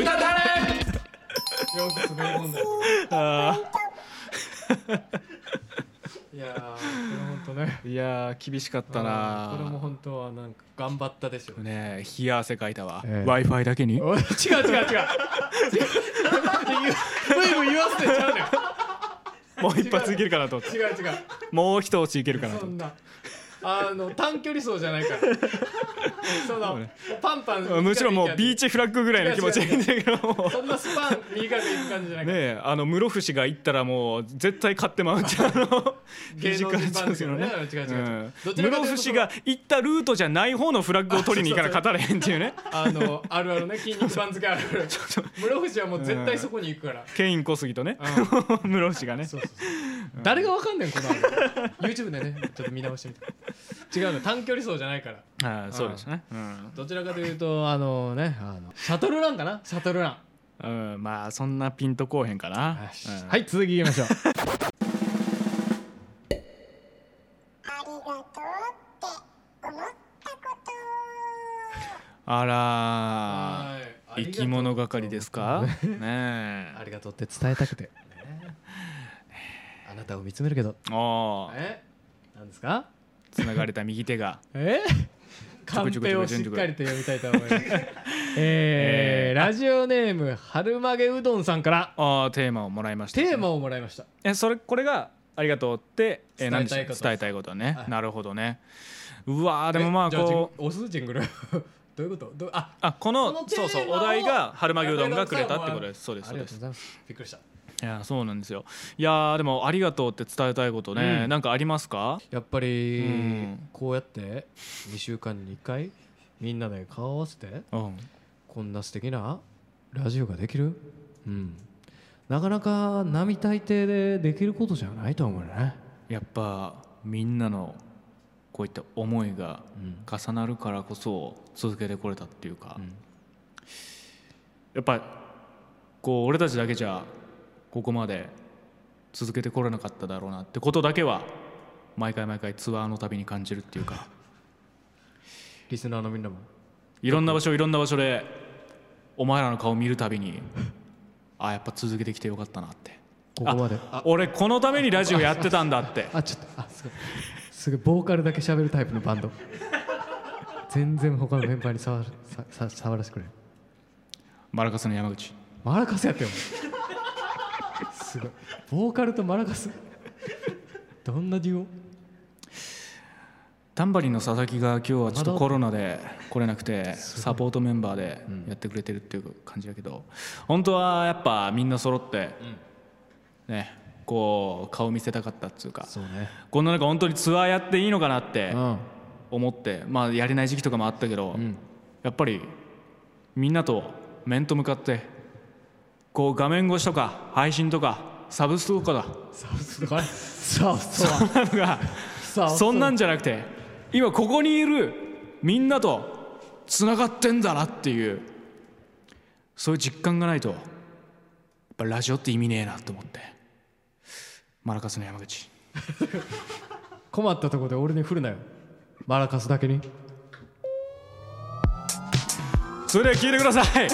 歌たれよく滑り込んだよあいやーこれ本当ねーいやー厳しかったなこれも本当はなんか頑張ったですよねねえ冷や汗かいたわ、ええ w i f i だけにおい違う違う違う違うブイブイ言わせてちゃうねもう一発いけるかなと思って違う違うもう一押しいけるかなとそ思っんてなあの短距離走じゃないからそのパンパンむしろもうビーチフラッグぐらいの気持ちでいいんだけどもうそんなスパン右から行く感じじゃないかねらえあの室伏が行ったらもう絶対勝ってまうっていうあの 芸能人番組のね違う違う違ううんどちらかというと室伏が行ったルートじゃない方のフラッグを取りに行かな勝たれへんってい うねあのあるあるね筋肉番付あるある室伏はもう絶対そこに行くからケイン小杉とねうん室伏がねそうそうそう誰がわかんねんこの YouTube でねちょっと見直してみて違うの短距離走じゃないからああそうですねうんどちらかというとあのねあのシャトルランかなシャトルランうんまあそんなピンとこうへんかなうんはい続きいきましょうありがとうって思ったことあらーはい生き物係ですかねあえりがとうって伝えたくて、 ねあなたを見つめるけどおーえなんですか繋がれた右手が えカンペをしっかりと読みたいと思い ますえーラジオネーム春曲げうどんさんからあーテーマをもらいましたテーマをもらいましたえそれこれがありがとうって、伝えー、え何でたいしょことう伝えたいことね、はいなるほどねうわーでもまあえじゃこうジン押すジングル どういうことどうああこのこのテーマそうをそうお題が春巻きうどんがくれたってことですそうですあそりうがでとうごすざいますびっくりしたいやそうなんですよいやーでもありがとうって伝えたいことね、うんなんかありますかやっぱり、うんこうやって2週間に1回みんなで顔を合わせてうんこんな素敵なラジオができるうんなかなか並大抵でできることじゃないと思うねやっぱみんなのこういった思いがうん重なるからこそ続けてこれたっていうか、んやっぱこう俺たちだけじゃここまで続けてこれなかっただろうなってことだけは毎回毎回ツアーの度に感じるっていうかリスナーのみんなもいろんな場所いろんな場所でお前らの顔見るたびにあやっぱ続けてきてよかったなってここまであ俺このためにラジオやってたん だってあちょっとあすごいすごいボーカルだけ喋るタイプのバンド全然他のメンバーに触るささ触らせてくれマラカスの山口マラカスやってよすごいボーカルとマラカスどんなデュオタンバリンの佐々木が今日はちょっとコロナで来れなくてサポートメンバーでやってくれてるっていう感じだけど本当はやっぱみんな揃ってねこう顔見せたかったっつうかうねこんな中本当にツアーやっていいのかなってうん思ってまあやれない時期とかもあったけどやっぱりみんなと面と向かってこう画面越しとか配信とかサブスクとかさあすごいさあそうそんなのがさあそんなんじゃなくて今ここにいるみんなとつながってんだなっていうそういう実感がないとやっぱラジオって意味ねえなと思ってマラカスの山口困ったところで俺に振るなよマラカスだけにそれでは聞いてください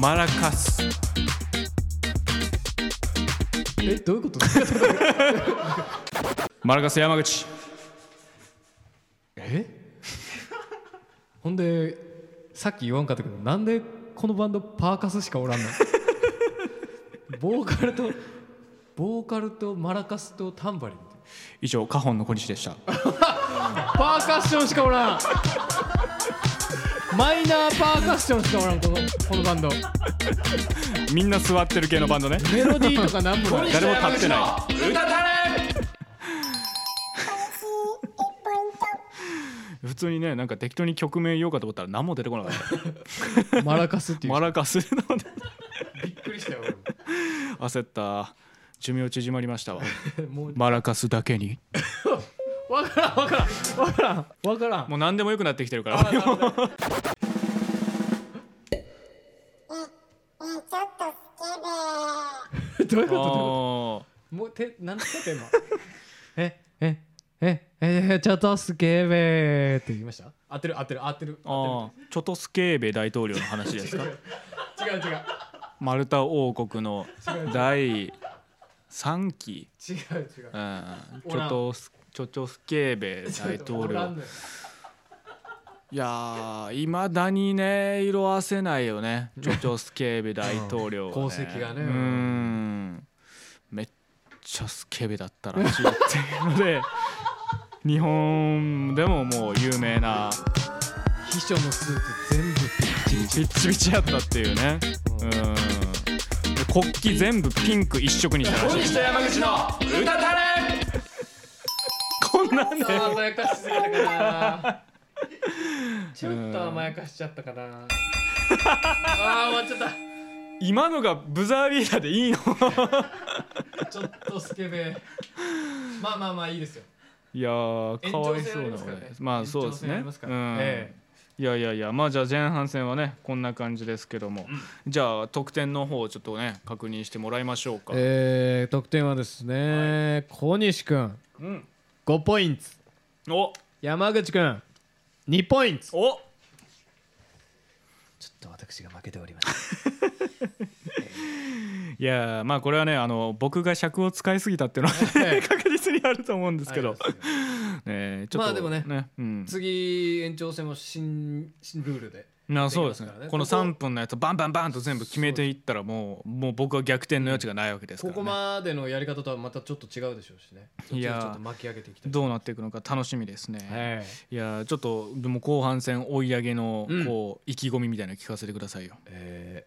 マラカスえどういうことマラカス山口えほんでさっき言わんかったけどなんでこのバンドパーカスしかおらんの ボーカルとボーカルとマラカスとタンバリン以上カホンの小西でしたパーカッションしかおらんマイナーパーカッションしかおらんこのこのバンドみんな座ってる系のバンドねメロディーとかなんもない誰も立ってないポイント普通にねなんか適当に曲名言おうかと思ったら何も出てこなか ったマラカスっていうマラカスなのでびっくりしたよ焦った寿命縮まりましたわ俺 もうマラカスだけにわからんわからんわからんわからんもう何でもよくなってきてるからねえちょっとスケベどういうことどういうことあもうて何ですかテーマ えええええちょっとスケベって言いました合ってる合ってる合ってるーあーチョトスケーベ大統領の話ですか違う違う違うマルタ王国の第3期、違う違ううん、チおらョんトスチョチョスケーベ大統おら領んのよいやいまだにね色あせないよねチョチョスケーベ大統領は、 うん功績がねうんめっちゃスケベだったらしいっていうので日本でももう有名な秘書のスーツ全部ピッチピチやったっていうねうんで国旗全部ピンク一色にしたらしい西と山口の歌たれこんなんで甘やかしすぎたかなちょっと甘やかしちゃったかなあー終わっちゃった今のがブザービーターでいいのちょっとスケベまあまあまあいいですよ いやーかわいそう延長戦ありますかならねねまあそうです延長戦あねりますかうらんえいやいやいやまあじゃあ前半戦はねこんな感じですけども、じゃあ得点の方をちょっとね確認してもらいましょうか、えー、得点はですね、小西くんうん5ポイントお山口くん2ポイントちょっおと私が負けておりま したいやーまあこれはねあの僕が尺を使いすぎたっていうのはええ確実にあると思うんですけど、ねちょっとまあでもねうん、次延長戦も新新ルールでなそうですねできますからねこのここ3分のやつバンバンバンと全部決めていったらもうもう僕は逆転の余地がないわけですかこら、ね、こまでのやり方とはまたちょっと違うでしょうしねいやーちょっと巻き上げていきたいどうなっていくのか楽しみですね、えい、やーちょっとでも後半戦追い上げのうんこう、意気込みみたいなの聞かせてくださいよえー、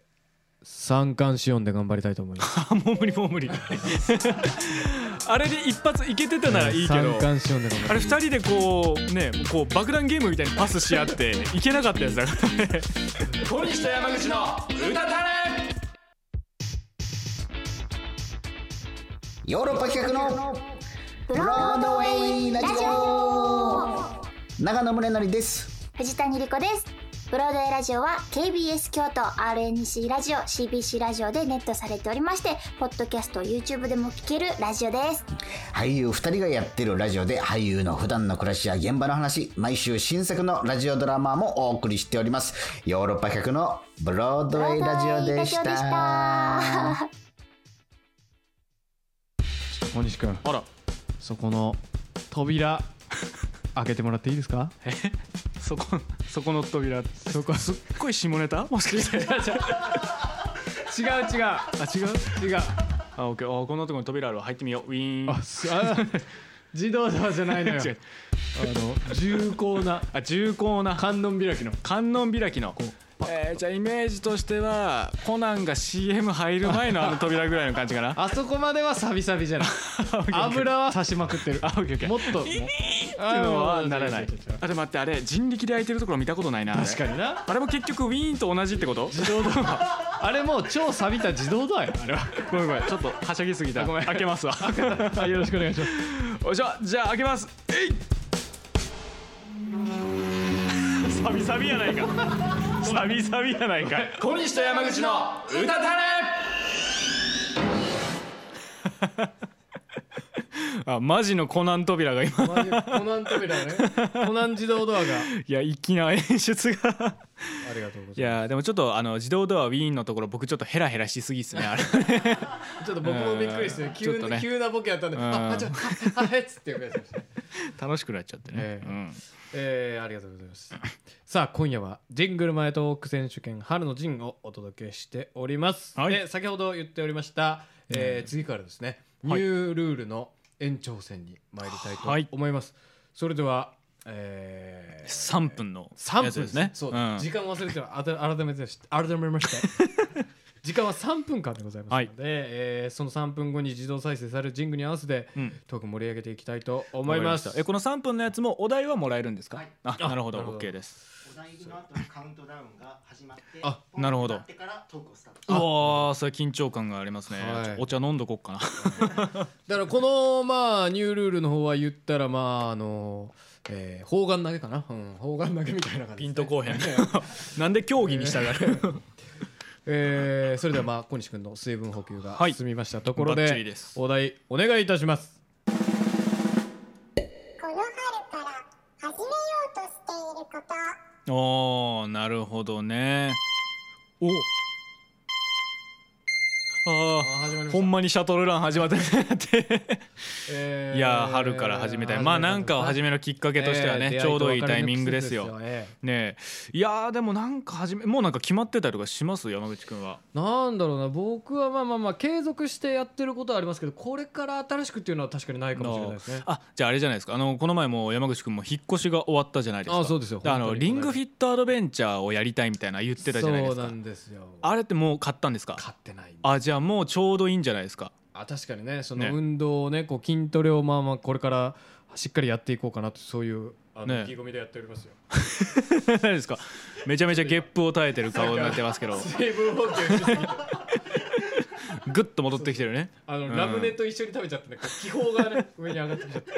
三冠四音で頑張りたいと思い ますあ もう無理もう無理 あれで一発いけてたならいいけ三ど冠四音で頑張りあれ2人でこうねこう爆弾ゲームみたいにパスし合っていけなかったやつだから ね小西と山口の歌たれヨーロッパ企画のブロードウェイラジオ長野宗則です藤谷莉子ですブロードウェイラジオは KBS 京都 RNC ラジオ CBC ラジオでネットされておりましてポッドキャスト YouTube でも聞けるラジオです俳優2人がやってるラジオで俳優の普段の暮らしや現場の話毎週新作のラジオドラマもお送りしておりますヨーロッパ企画のブロードウェイラジオでしブロードウェイラジオでしたた小西くんあらそこの扉開けてもらっていいですかそこそこの扉そこすっごい下ネタもしか して違う違うあ違う違うあ、オッケー。あ、こんなところに扉あるわ。入ってみよう。ウィーンあ。すあ自動ドアじゃないのよ違うあの重厚なあ、重厚な観音開きの。観音開きの。えー、じゃあイメージとしてはコナンが CM 入る前 のあの扉ぐらいの感じかな。あそこまではサビサビじゃない油は刺しまくってるあ、オッケーオッケー。ももっともうっていうのあはーならない違う違う違う。あ、でも待ってあれ人力で開いてるところ見たことないな。確かになあれも結局ウィーンと同じってこと？自動ドアあれもう超錆びた自動ドアやあれはごめんごめん。ちょっとはしゃぎすぎた。ごめん開け ますわ。はいよろしくお願いしますおいしょ。じゃあ開けます。えい。 サビサビやないか。サビサビやないかい。小西と山口の歌たれあマジのコナン扉が今 マジコナン扉ねコナン自動ドアがいや粋な演出が ありがとうごいざいまやでもちょっとあの自動ドアウィーンのところ僕ちょっとヘラヘラしすぎっすねあれすちょっと僕もびっくりしてちょ急っとに、ね急なボケやったんで「うんああちょっとはいはい」っつってお願いしました 楽しくなっちゃってね、ええうんえー、ありがとうござい ます。さあ今夜はジングル前トーク選手権春の陣をお届けしております。はいで先ほど言っておりました、えー次からですね、はいニュールールの延長戦に参りたはいいと思います。それでは、えー、 3分の3や分つですねそう、ん時間忘れてたあた改めてし改めまして 時間は3分間でございますので、えーその3分後に自動再生されるジングルに合わせて、うんトーク盛り上げていきたいと思いますわかりました。えこの3分のやつもお題はもらえるんですか、はいあなるほどなるほど OK ですお題の後のカウントダウンが始まって、あポンなるほどとってからトークをスタート。おおそれ緊張感がありますね、はいお茶飲んどこっかなだからこのまあニュールールの方は言ったらまああの、えー、砲丸投げかな、うん、砲丸投げみたいな感じですね、ピンとこうへん なんで競技に従うえー、それではまあ小西君の水分補給がはい済みましたところで,、バッチリですお題お願いいたしますこの春から始めようとしていること おおなるほどねおああー始まりましたほんまにシャトルラン始まったねってえー いやー春から始めたい、まあなんかを始めるきっかけとしてはね、えーちょうどいい出会タイとミン別グれの季節ですよええねえいやーでもなんか始めもうなんか決まってたりとかします山口くんはなんだろうな僕はまあまあまあ継続してやってることはありますけどこれから新しくっていうのは確かにないかもしれないですねあじゃああれじゃないですかあのこの前も山口くんも引っ越しが終わったじゃないですかあそうですよあ本の当にリングフィットアドベンチャーをやりたいみたいな言ってたじゃないですそうなかんですよあれってもう買ったんですか買ってないんであじゃあもうちょうどいいんじゃないです かあ確かにねそねの運動をねこう筋トレをまあまあこれからしっかりやっていこうかなとそういうあのね意気込みでやっておりますよ。何ですかめちゃめちゃゲップを耐えてる顔になってます けど水分補給しすぎてグッと戻ってきてるねあの、うんラムネと一緒に食べちゃってねこう気泡がね上に上がってきちゃってい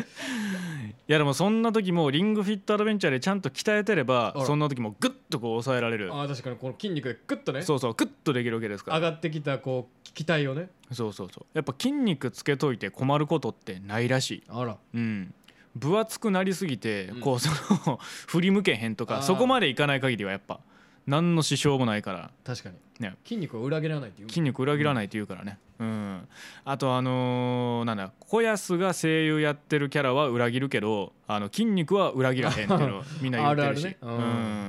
やでもそんな時もリングフィットアドベンチャーでちゃんと鍛えてればあらそんな時もグッとこう抑えられるあー確かにこの筋肉でグッとねそうそうグッとできるわけですか上らがってきたこう気体をねそうそうそうやっぱ筋肉つけといて困ることってないらしいあらうん、分厚くなりすぎて、うんこうその 振り向けへんとあーかそこまでいかない限りはやっぱ何の支障もないから確かに、ね筋肉を裏切らないっていう筋肉裏切らないって言うからね、うんあとあのーなんだ小安が声優やってるキャラは裏切るけどあの筋肉は裏切らへんっていう のをみんな言ってるしあるあるねううん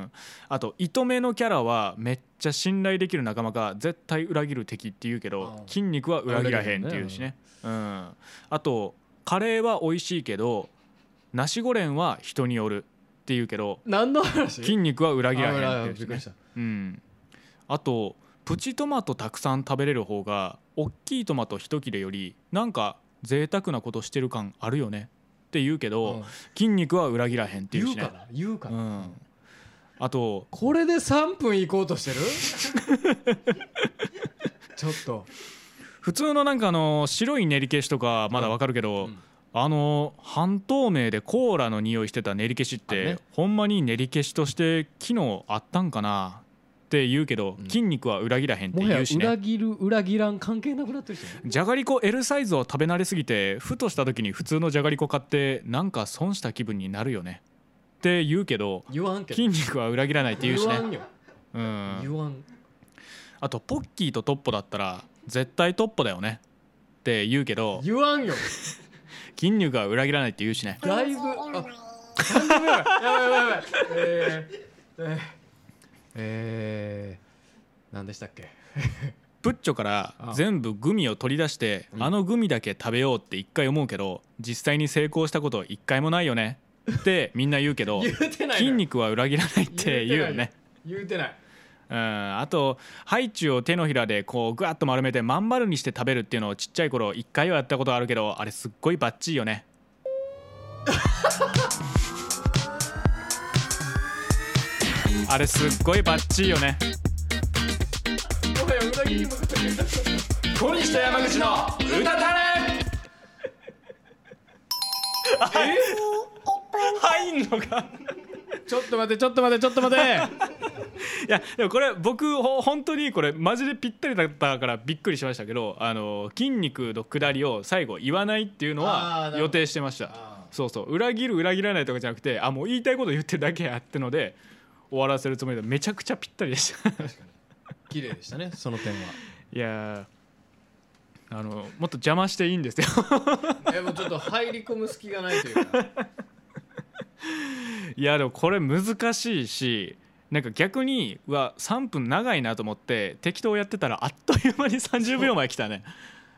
んあと糸目のキャラはめっちゃ信頼できる仲間が絶対裏切る敵って言うけどうん筋肉は裏切らへんっていうしね、うん、あとカレーは美味しいけどナシゴレンは人によるって言うけど何の話筋肉は裏切らへあんあっびっていうしくねりしたうん、あとプチトマトたくさん食べれる方が大きいトマト一切れよりなんか贅沢なことしてる感あるよねって言うけど、うん筋肉は裏切らへんっていう言うしねかな言うかうな、ん、あとこれで3分いこうとしてる ちょっと普通のなんかあの白い練り消しとかまだわかるけど、うんあの半透明でコーラの匂いしてた練り消しっあて、るねほんまに練り消しとして機能あったんかなって言うけど、筋肉は裏切らへんってもはや言うしね裏切る裏切らん関係なくなってるしねじゃがりこ L サイズを食べ慣れすぎてふとした時に普通のじゃがりこ買ってなんか損した気分になるよねって言うけど言わんけど筋肉は裏切らないって言うし言わねんようん言わんあとポッキーとトッポだったら絶対トッポだよねって言うけど言わんよ筋肉は裏切らないって言うしねだいぶあ三度目やばいやばいやばいえー、えー、えー、何でしたっけプッチョからあ全部グミを取り出してあのグミだけ食べようって一回思うけど実際に成功したこと一回もないよねってみんな言うけ ど言うてないの筋よ肉は裏切らないって言うよね言うてないうん、あとハイチュウを手のひらでこうぐわっと丸めてまん丸にして食べるっていうのをちっちゃい頃一回はやったことあるけどあれすっごいバッチリよねあれすっごいバッチリよねもはやうなぎに向かってる小西と山口の歌たれ入んのかちょっと待ってちょっと待ってちょっと待っていやでもこれ僕ほ本当にこれマジでぴったりだったからびっくりしましたけどあの筋肉の下りを最後言わないっていうのあーなるはほど予定してましたそうそう裏切る裏切らないとかじゃなくてあもう言いたいこと言ってるだけやってので終わらせるつもりでめちゃくちゃぴったりでした 綺麗でしたねその点は。いやーあのもっと邪魔していいんですよ えもうちょっと入り込む隙がないというか。いやでもこれ難しいしなんか逆にうわ3分長いなと思って適当やってたらあっという間に30秒前来たね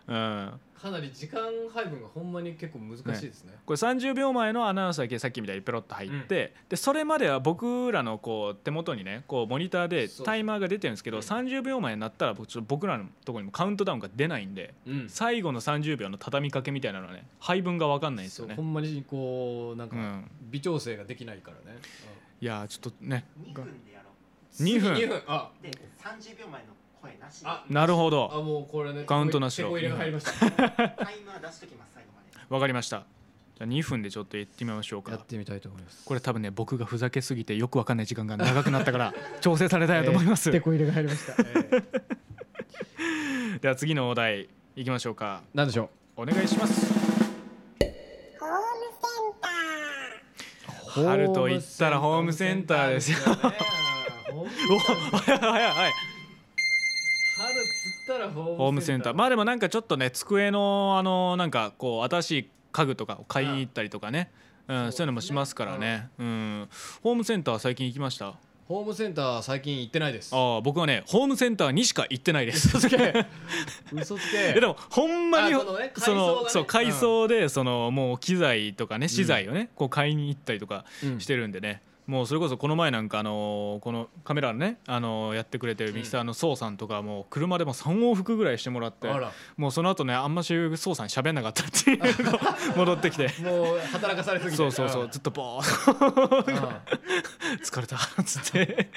うんかなり時間配分がほんまに結構難しいですね。これ30秒前のアナウンスだけさっきみたいにペロッと入って、うんでそれまでは僕らのこう手元にねこうモニターでそうタイマーが出てるんですけど30秒前になったら僕ちょっと僕らのところにもカウントダウンが出ないんでうん。最後の30秒の畳みかけみたいなのはね配分が分かんないんですそうよねほ。んまにこうなんかうん微調整ができないからね。いやーちょっとね2分でやろ2分次二分あうで30秒前の声なしであなるほあどもうこれねカウントなしを手こ入れが入りました。タイマー出しときます最後まで分かりましたじゃあ2分でちょっとやってみましょうやかってみたいと思います。これ多分ね僕がふざけすぎてよく分かんない時間が長くなったから 調整されたやと思います、手こ入れが入りま した。では次のお題いきましょうかなんでしょう。お願いしますホームセンター春と言ったらホームセンターですよホームセンターですよね。ホームお早い早い春早いっつったらホームセンター。ホームセンターまあでもなんかちょっとね机のあのなんかこう新しい家具とかを買いに行ったりとかねうん、そういうのもしますからね、うん、ホームセンター最近行きましたあホームセンター最近行ってないです。あ僕はねホームセンターにしか行ってないです嘘つけ。嘘つけ。 ででもほんまにあこのねそ改装がのねそう改装でそのもう機材とかね資材をねこう買いに行ったりとかうんしてるんでねもうそれこそこの前なんかあのこのカメラのねあのやってくれてるミキサーのソウさんとかもう車でも3往復ぐらいしてもらってあらもうその後ねあんましソウさん喋んなかったっていう のが戻ってきて。もう働かされすぎて。そうそうそうあずっとボーッあ疲れたっつって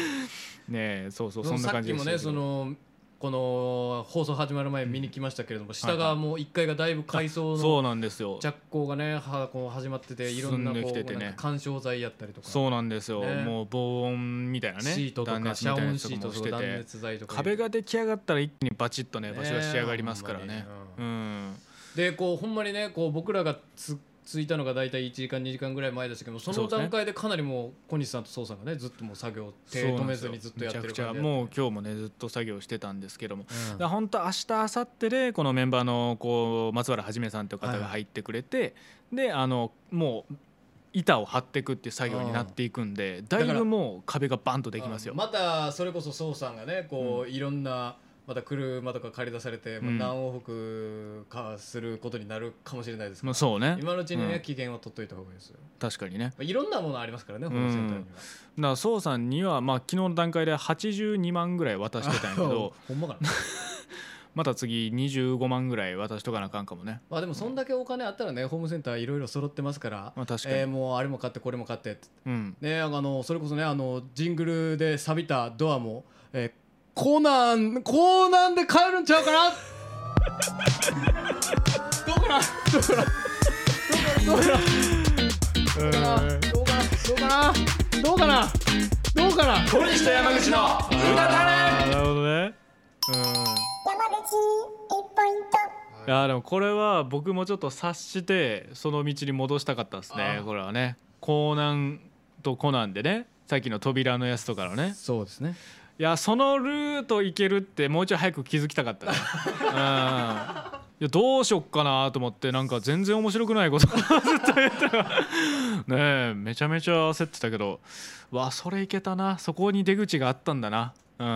ねえそうそうそんな感じでさしったきもねけどそのこの放送始まる前見に来ましたけれども、下がもう1階がだいぶ改装そうのなんですよ着工がねはこう始まってていろんなこ進んできてうてねなんか緩衝材やったりとかそうなんですよ、ねもう防音みたいなねシートと断か熱遮みたいな音やシつとートかもとしかて断て熱材とか壁が出来上がったら一気にバチッとねね場所が仕上がりますからねほうんんでこうほんまにねこう僕らがつ着いたのが大体1時間2時間ぐらい前でしたけどもそそうのですね段階でかなりもう小西さんと蒼さんがねずっともう作業手止めずにずっとやってるそうな感じんですよめちゃくちゃもう今日もねずっと作業してたんですけども、うんだから本当明日明後日でこのメンバーのこう松原はじめさんという方が入ってくれて、であのもう板を張っていくっていう作業になっていくんでだいぶもう壁がバンとできますよあ。またそれこそ宋さんがねこう、いろんなまた車とか借り出されて、まあうん何往復かすることになるかもしれないですまから、あ、そうね今のうちにね、うん機嫌を取っといた方がいいですよ、確かにね。まあ、いろんなものありますからねホームセンターには、だから宋さんには、まあ、昨日の段階で82万ぐらい渡してたんや けどほんまかなまた次25万ぐらい渡しとかなあかんかもねまあでもそんだけお金あったらねホームセンターいろいろ揃ってますから、まあ確かに、えーもうあれも買ってこれも買ってってうんねあのそれこそねあのジングルで錆びたドアも、えーコナンコナンで買えるんちゃうかな どうかなどうかなどうかなどうかなどうかなどうかなどうかな小西と山口のうたたれなるほどね山口1ポイントいやでもこれは僕もちょっと察してその道に戻したかったですねあーこれはねコナンとコナンでねさっきの扉のやつとかのねそうですねいやそのルート行けるってもうちょい早く気づきたかったね、うん、いやどうしよっかなと思ってなんか全然面白くないことずっと言ってたねえめちゃめちゃ焦ってたけどわそれ行けたなそこに出口があったんだなうん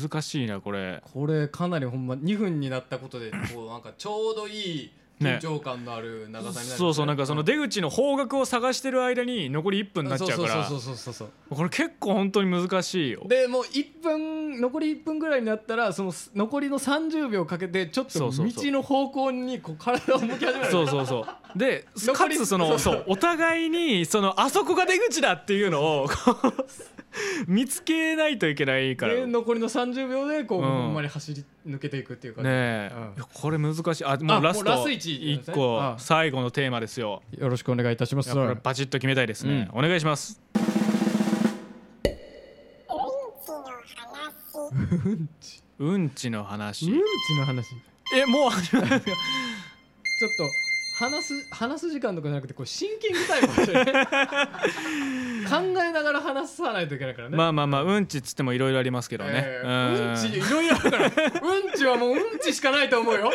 難しいなこれこれかなりほんま2分になったことでこうなんかちょうどいい緊張感のある長さになりましたねそうそうなんかその出口の方角を探してる間に残り1分になっちゃうからそうそうそうそうそうそうこれ結構本当に難しいよでもう1分残り1分ぐらいになったらそのす残りの30秒かけてちょっそとうそうそう道の方向にこう体を向き始めるそうそうそうで残かりつそそのうそそううお互いにそのあそこが出口だっていうのをこう見つけないといけないからでね残りの30秒でこう、うんほんまに走り抜けていくっていうか、えうんいやこれ難しいあもあうラスもうラトス一一あ個あ最後のテーマですよよろしくお願いいたしまいすやこれバチッと決めたいですねお願いしますうんちの話うんちの話ちょっえもう始 まると話す話す時間とかじゃなくてこうシンキングタイムです よね考えながら話さないといけないからね、まあまあまあうんちっつってもいろいろありますけどね、えーううんんちいろいろあるからうんちはもううんちしかないと思うよ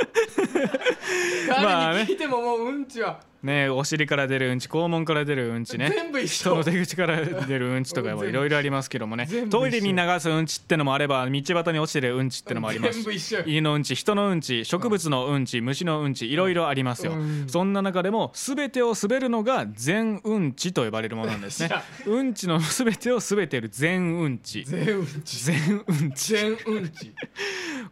まあ誰ねに聞いてももううんちはねお尻から出るうんち肛門から出るうんちね全部一人緒の出口から出るうんちとかもいろいろありますけどもね全部トイレに流すうんちってのもあれば道端に落ちてるうんちってのもあります全部一緒よ家のうんち人のうんち植物のうんち虫のうんちいろいろありますよ、うんそんな中でも全てを滑るのが全うんちと呼ばれるものなんですねうんちの全てを滑っている全うんち全うんち全うんち全うんち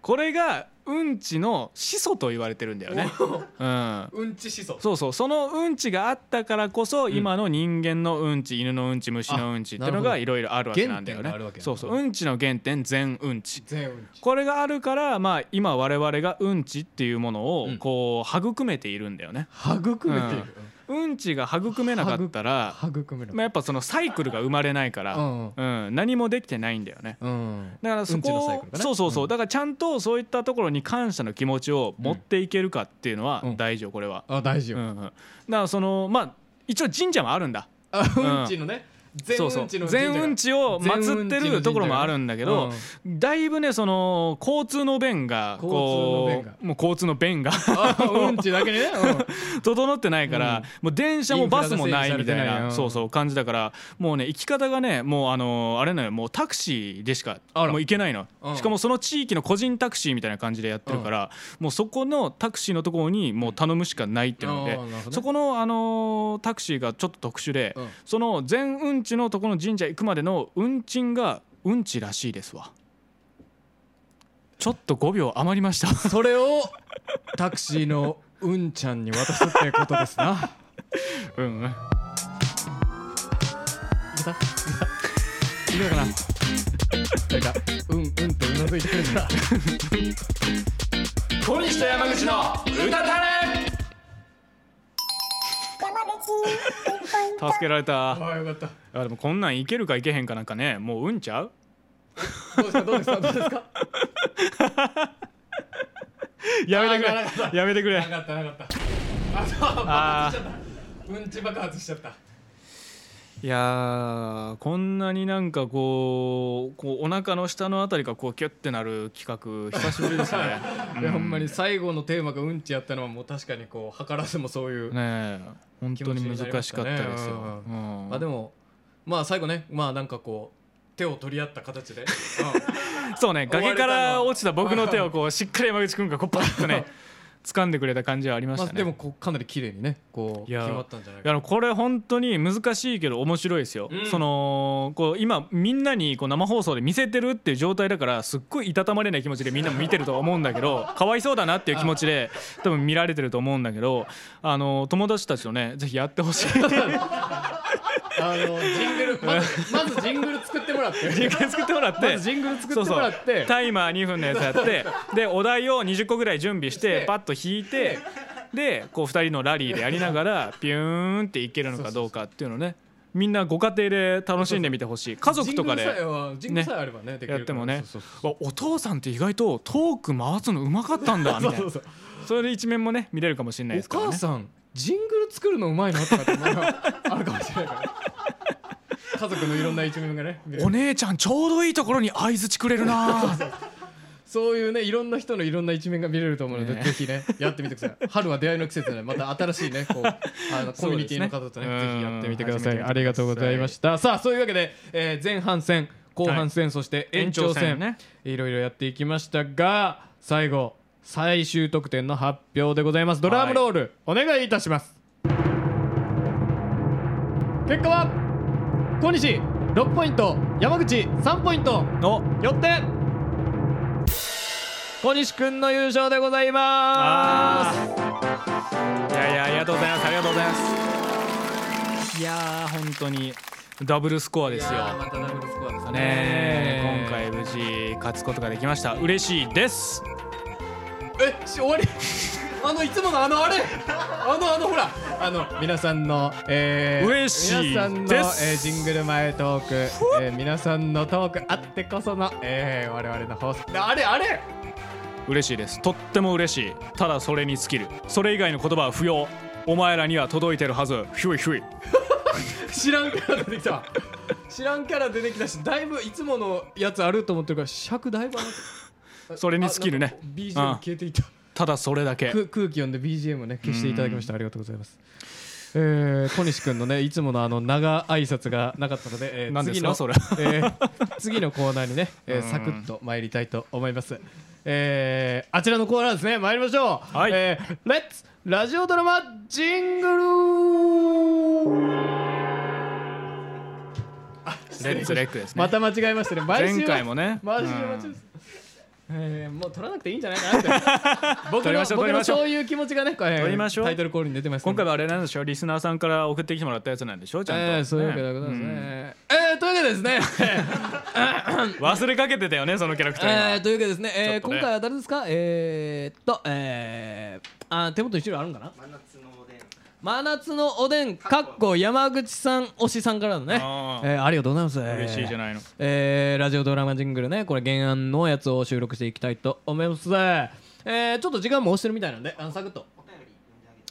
これがうんちの始祖と言われてるんだよね、うん、うんちしそそうそうそのうんちがあったからこそ、今の人間のうんち犬のうんち虫のうんちっていうのあなるほがどいろいろあるわけなんだよ原点ねがあるわけだそうそううんちの原点全うんち全うんちこれがあるからまあ今我々がうんちっていうものをうんこう育めているんだよね、育めている、うんちが育めなかったら、育める、まあ、やっぱそのサイクルが生まれないから、ううんん何もできてないんだよねうんだからそうんちのサイクこルをがねそうそうそうだからちゃんとそういったところに感謝の気持ちを持っていけるかっていうのはうん大事よこれはあ大事よ、うんうん、だからそのまあ一応神社もあるんだあんうんちのね全そううそんちうの全うんちを祀ってるところもあるんだけど、うんだいぶねその交通の便がこ交通の便がうもう交通の便が あうんちだけにね、整ってないから、うんもう電車もバスもないみたいインフラが整備されなてないうんそうそう感じだからもうね行き方がねもうあのあれなのよもうタクシーでしかあらもう行けないの、うんしかもその地域の個人タクシーみたいな感じでやってるから、もうそこのタクシーのところにもう頼むしかないっていうので、うんあーなるほどねそこの、あのータクシーがちょっと特殊で、うんその全うんちのところの神社行くまでの運賃がうんちらしいですわちょっと5秒余りましたうん、それをタクシーのうんちゃんに渡すってことですな うんうんいいいかななんかうんうんってうなずいてるから 小西と山口の歌たれ山口一本助けられたああよかったあでもこんなんいけるかいけへんかなんかねもううんちゃうどうですかどうですかどうですかやめてあなかっくれやめてくれなかったなかったあそう爆あ発しちゃったうんち爆発しちゃったいやーこんなになんかこうこうお腹の下のあたりがこうキュッてなる企画久しぶりですねいやほんまに最後のテーマがうんちやったのはもう確かにこう図らずもそういう、ねえ本当に難しかったですよ、気持ちになりましたねううんまあでもまあ最後ねまあなんかこう手を取り合った形 で、そうね崖か終われたらの落ちた僕の手を こうしっかり山口君がこうパッとね 掴んでくれた感じはありまましあたね、でもこうかなり綺麗にねこういや決まったんじゃないいかやあのこれ本当に難しいけど面白いですよ、うんそのこう今みんなにこう生放送で見せてるっていう状態だからすっごいいたたまれない気持ちでみんなも見てるとは思うんだけど かわいそうだなっていう気持ち で多分見られてると思うんだけどあの友達たちとねぜひやってほしいあのジングル まずまずジングル作ってもらって人間作ってもらって まずジングル作ってもらってそうそうタイマー2分のやつやってでお題を20個ぐらい準備しててパッと引いてでこう2人のラリーでやりながらピューンっていけるのかどうかっていうのねみんなご家庭で楽しんでみてほ しい家族とかジングルさえではジングルさえあればねできるからやってもねそうそうわお父さんって意外とトーク回すのうまかったんだみたいそうなそうそれで一面もね見れるかもしれないですおから母ねさんジングル作るのうまいなとかってなんかあるかもしれないからね家族のいろんな一面が ね見れるお姉ちゃんちょうどいいところに相づちくれるな そういうねいろんな人のいろんな一面が見れると思うので、ねぜひねやってみてくださ い春は出会いの季節なのでまた新しいねこうあのコミュニティの方とねそうですねぜひやってみてくだうさんいありがとうございましたさあそういうわけで、えー前半戦後半戦、そして延長戦延長戦ねいろいろやっていきましたが最後最終得点の発表でございますドラムロール、お願いいたします結果は小西6ポイント山口3ポイントおよって小西くんの優勝でございまあーいやいやありがとうございますありがとうございますいやー本当にダブルスコアですよまたダブルスコアですねえ今回無事勝つことができました嬉しいです えし終わりあのいつものあのあれあのあのほらあの皆さんの、えー、嬉しい皆さんの、えですー、ジングル前トーク、えー、皆さんのトークあってこその、えー、我々の放送あれあれ嬉しいですとっても嬉しいただそれに尽きるそれ以外の言葉は不要お前らには届いてるはずひゅいひゅい知らんキャラ出てきた知らんキャラ出てきたしだいぶいつものやつあると思ってるから尺だいぶある それに尽きるねあなんか BGM 消えていたただそれだけく空気読んで BGM をね消していただきましたありがとうございます。えー、小西君のねい つものあの長挨拶がなかったので、えー何です次かのそれえー次のコーナーに ね、えーサクッと参りたいと思います。えー、あちらのコーナーですね参りましょう。はいえー、レッツラジオドラマジングル。レッツレックですねまた間違えましたね。毎週前回もね毎週間違えますえー、もう取らなくていいんじゃないかなみたい な僕取りのましょ僕う取りのましょうそういう気持ちがね、えー取りましょうタイトルコールに出てますね、今回はあれなんでしょうリスナーさんから送ってきてもらったやつなんでしょちゃんと、えー、そういうわけでございますね。えー、というわけでですね。 うん忘れかけてたよねそのキャラクターが、えー、というわけでですね。えーちょっとね今回は誰ですか。えー、っと、えー、あ手元に資料あるんかな。真夏のおでん。真夏のおでんかっこ山口さん推しさんからのね。あーえー、ありがとうございます。嬉しいじゃい。ないのえー、ラジオドラマジングルねこれ原案のやつを収録していきたいと思いますえー、ちょっと時間も押してるみたいなんであのサクッと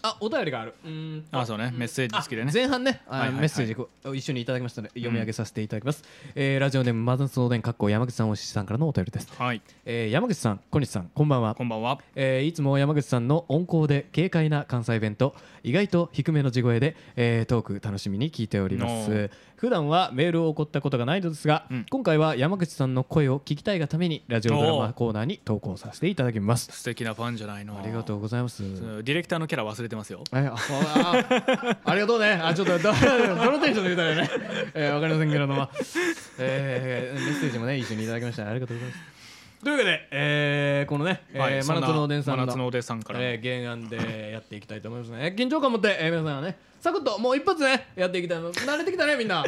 あお便りがあるうーんあそうねメッセージあ付きでね前半ね、あはいはいはいメッセージこう一緒にいただきましたので読み上げさせていただきます、えーラジオネームマザスおでんかっこ山口さんおしさんからのお便りです、はいえー山口さん小西さんこんばんはこんばんはえーいつも山口さんの温厚で軽快な関西弁と意外と低めの地声で、えートーク楽しみに聞いておりまおす普段はメールを送ったことがないのですが、うん今回は山口さんの声を聞きたいがためにラジオドラおーマコーナーに投稿させていただきます素敵なファンじゃないのありがとううございますディレクターのキャラ忘れてますよえあああありがとうねあちょっとど どのテンションで言うたらいいのねえーわ、かりませんけれども、えーメッセージもね一緒にいただきましたありがとうございますというわけで、えーこのね、えーはいそ真んな夏のおでんさんの真夏のおでんさんからえー原案でやっていきたいと思いますね緊張感持って、えー皆さんはねサクッともう一発ねやっていきたいの慣れてきたねみん な、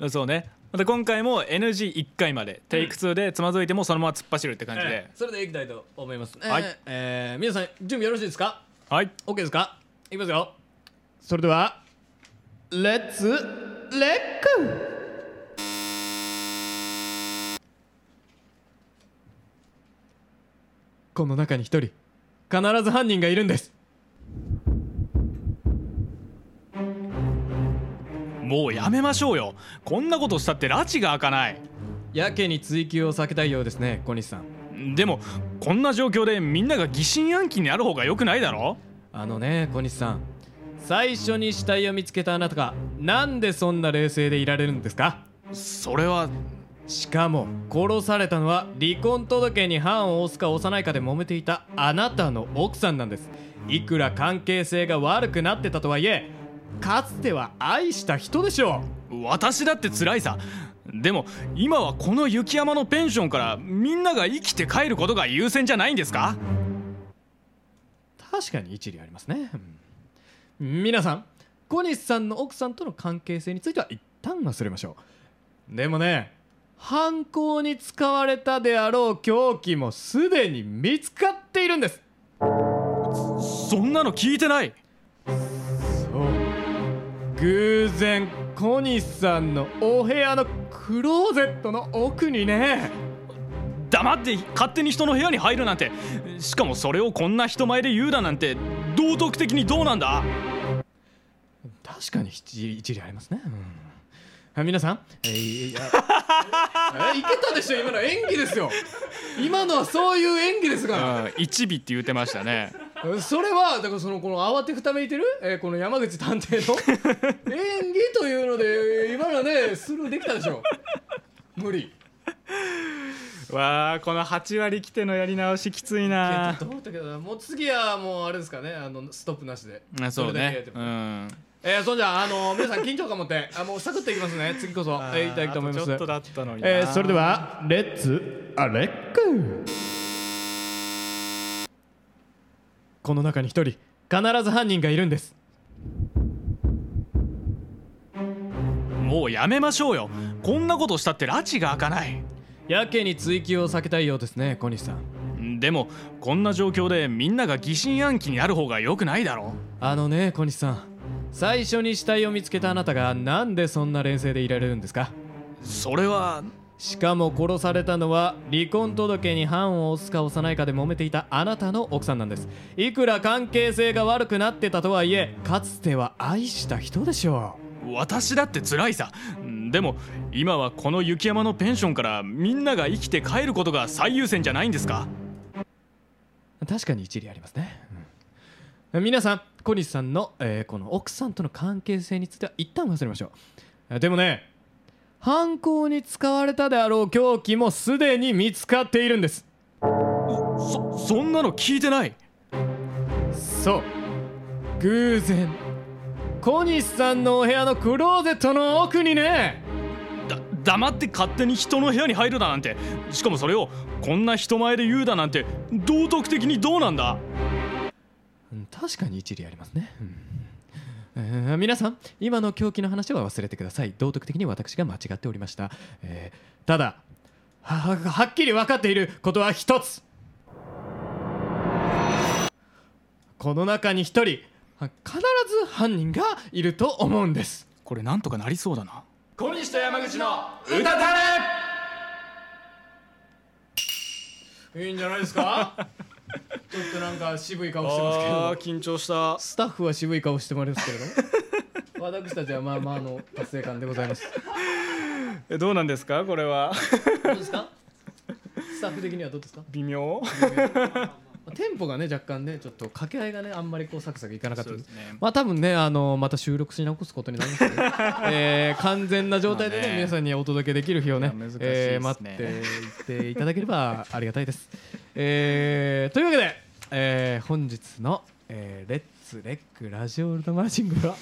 うんそうねまた今回も NG1 回までテイク2でつまずいてもそのまま突っ走るって感じでえー、それでいきたいと思いますね、はいえー皆さん準備よろしいですかはい OK ですかいきますよそれではレッツレックこの中に一人必ず犯人がいるんですもうやめましょうよこんなことしたって拉致が開かないやけに追及を避けたいようですね小西さんでもこんな状況でみんなが疑心暗鬼になる方が良くないだろあのね小西さん最初に死体を見つけたあなたがなんでそんな冷静でいられるんですかそれはしかも殺されたのは離婚届に判を押すか押さないかで揉めていたあなたの奥さんなんですいくら関係性が悪くなってたとはいえかつては愛した人でしょ私だって辛いさでも今はこの雪山のペンションからみんなが生きて帰ることが優先じゃないんですかう確かに一理ありますねうん皆さん小西さんの奥さんとの関係性については一旦忘れましょうでもね犯行に使われたであろう凶器もすでに見つかっているんですそんなの聞いてないそう偶然小西さんのお部屋のクローゼットの奥にね黙って勝手に人の部屋に入るなんてしかもそれをこんな人前で言うだなんて道徳的にどうなんだ確かに一一理ありますね、うん、あ皆さん、えーいやえいけたでしょ今の演技ですよ今のはそういう演技ですから一尾って言ってましたねそれはだからそのこの慌てふためいてる、えーこの山口探偵の演技というので今のはねスルーできたでしょ無理 わあこの8割きてのやり直しきついいやちょなっと思ったけどなもう次はもうあれですかねあのストップなしであそうれだけやねってうもんえー、そんじゃあの皆さん緊張感持って あもうサクッといきますね次こそあえーいきたいと思いまあすとちょっとだったのになえー、それではレッツアレックこの中に一人必ず犯人がいるんですもうやめましょうよこんなことしたって拉致が開かないやけに追及を避けたいようですね小西さんでもこんな状況でみんなが疑心暗鬼になる方が良くないだろあのね小西さん最初に死体を見つけたあなたがなんでそんな冷静でいられるんですかそれはしかも殺されたのは離婚届に判を押すか押さないかで揉めていたあなたの奥さんなんですいくら関係性が悪くなってたとはいえかつては愛した人でしょ私だって辛いさでも今はこの雪山のペンションからみんなが生きて帰ることが最優先じゃないんですかう確かに一理ありますね、うん皆さん小西さんの、えーこの奥さんとの関係性については一旦忘れましょうえーでもね犯行に使われたであろう凶器もすでに見つかっているんですそそんなの聞いてないそう偶然小西さんのお部屋のクローゼットの奥にねだ黙って勝手に人の部屋に入るだなんてしかもそれをこんな人前で言うだなんて道徳的にどうなんだうん確かに一理ありますね、うんえー皆さん今の狂気の話は忘れてください道徳的に私が間違っておりました、えーただはははっきり分かっていることは一つこの中に一人は必ず犯人がいると思うんですこれなんとかなりそうだな小西と山口の歌たいいんじゃないですかちょっとなんか渋い顔してますけどあー緊張したスタッフは渋い顔してもらいますけれども 私たちはまあまああの達成感でございますえどうなんですかこれはどうですかスタッフ的にはどうですか微妙テンポがね若干ねちょっと掛け合いがねあんまりこうサクサクいかなかったんでそうですねまあ多分ねあのまた収録し直すことになりますけ ど、ねえー完全な状態でね,、まあね皆さんにお届けできる日をねいや難しいですねえー待っていていただければありがたいです、えーというわけで、えー本日の、えーレッツレックラジオウルトマーチングは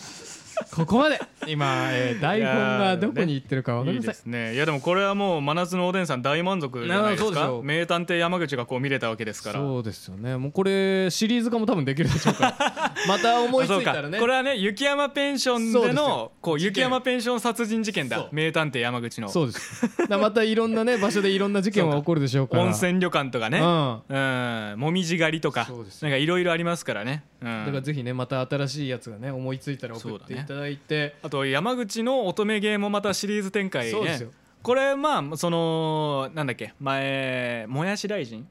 ここまで今、えー台本がどこに行ってるかわかいりいませんですねいやでもこれはもう真夏のおでんさん大満足じゃないですなるほかど名探偵山口がこう見れたわけですからそうですよねもうこれシリーズ化も多分できるでしょうからまた思いついたらあそうねかこれはね雪山ペンションそうでですよのこう雪山ペンション殺人事件そだう名探偵山口のそうですだからまたいろんなね場所でいろんな事件は起こるでしょうから温泉旅館とかね、うんうん、もみじ狩りとか、そうですなんかいろいろありますからね。うんだからぜひねまた新しいやつがね思いついたら送っていただいてあと山口の乙女芸もまたシリーズ展開そうでねすよ。これまあそのなんだっけ前もやし大臣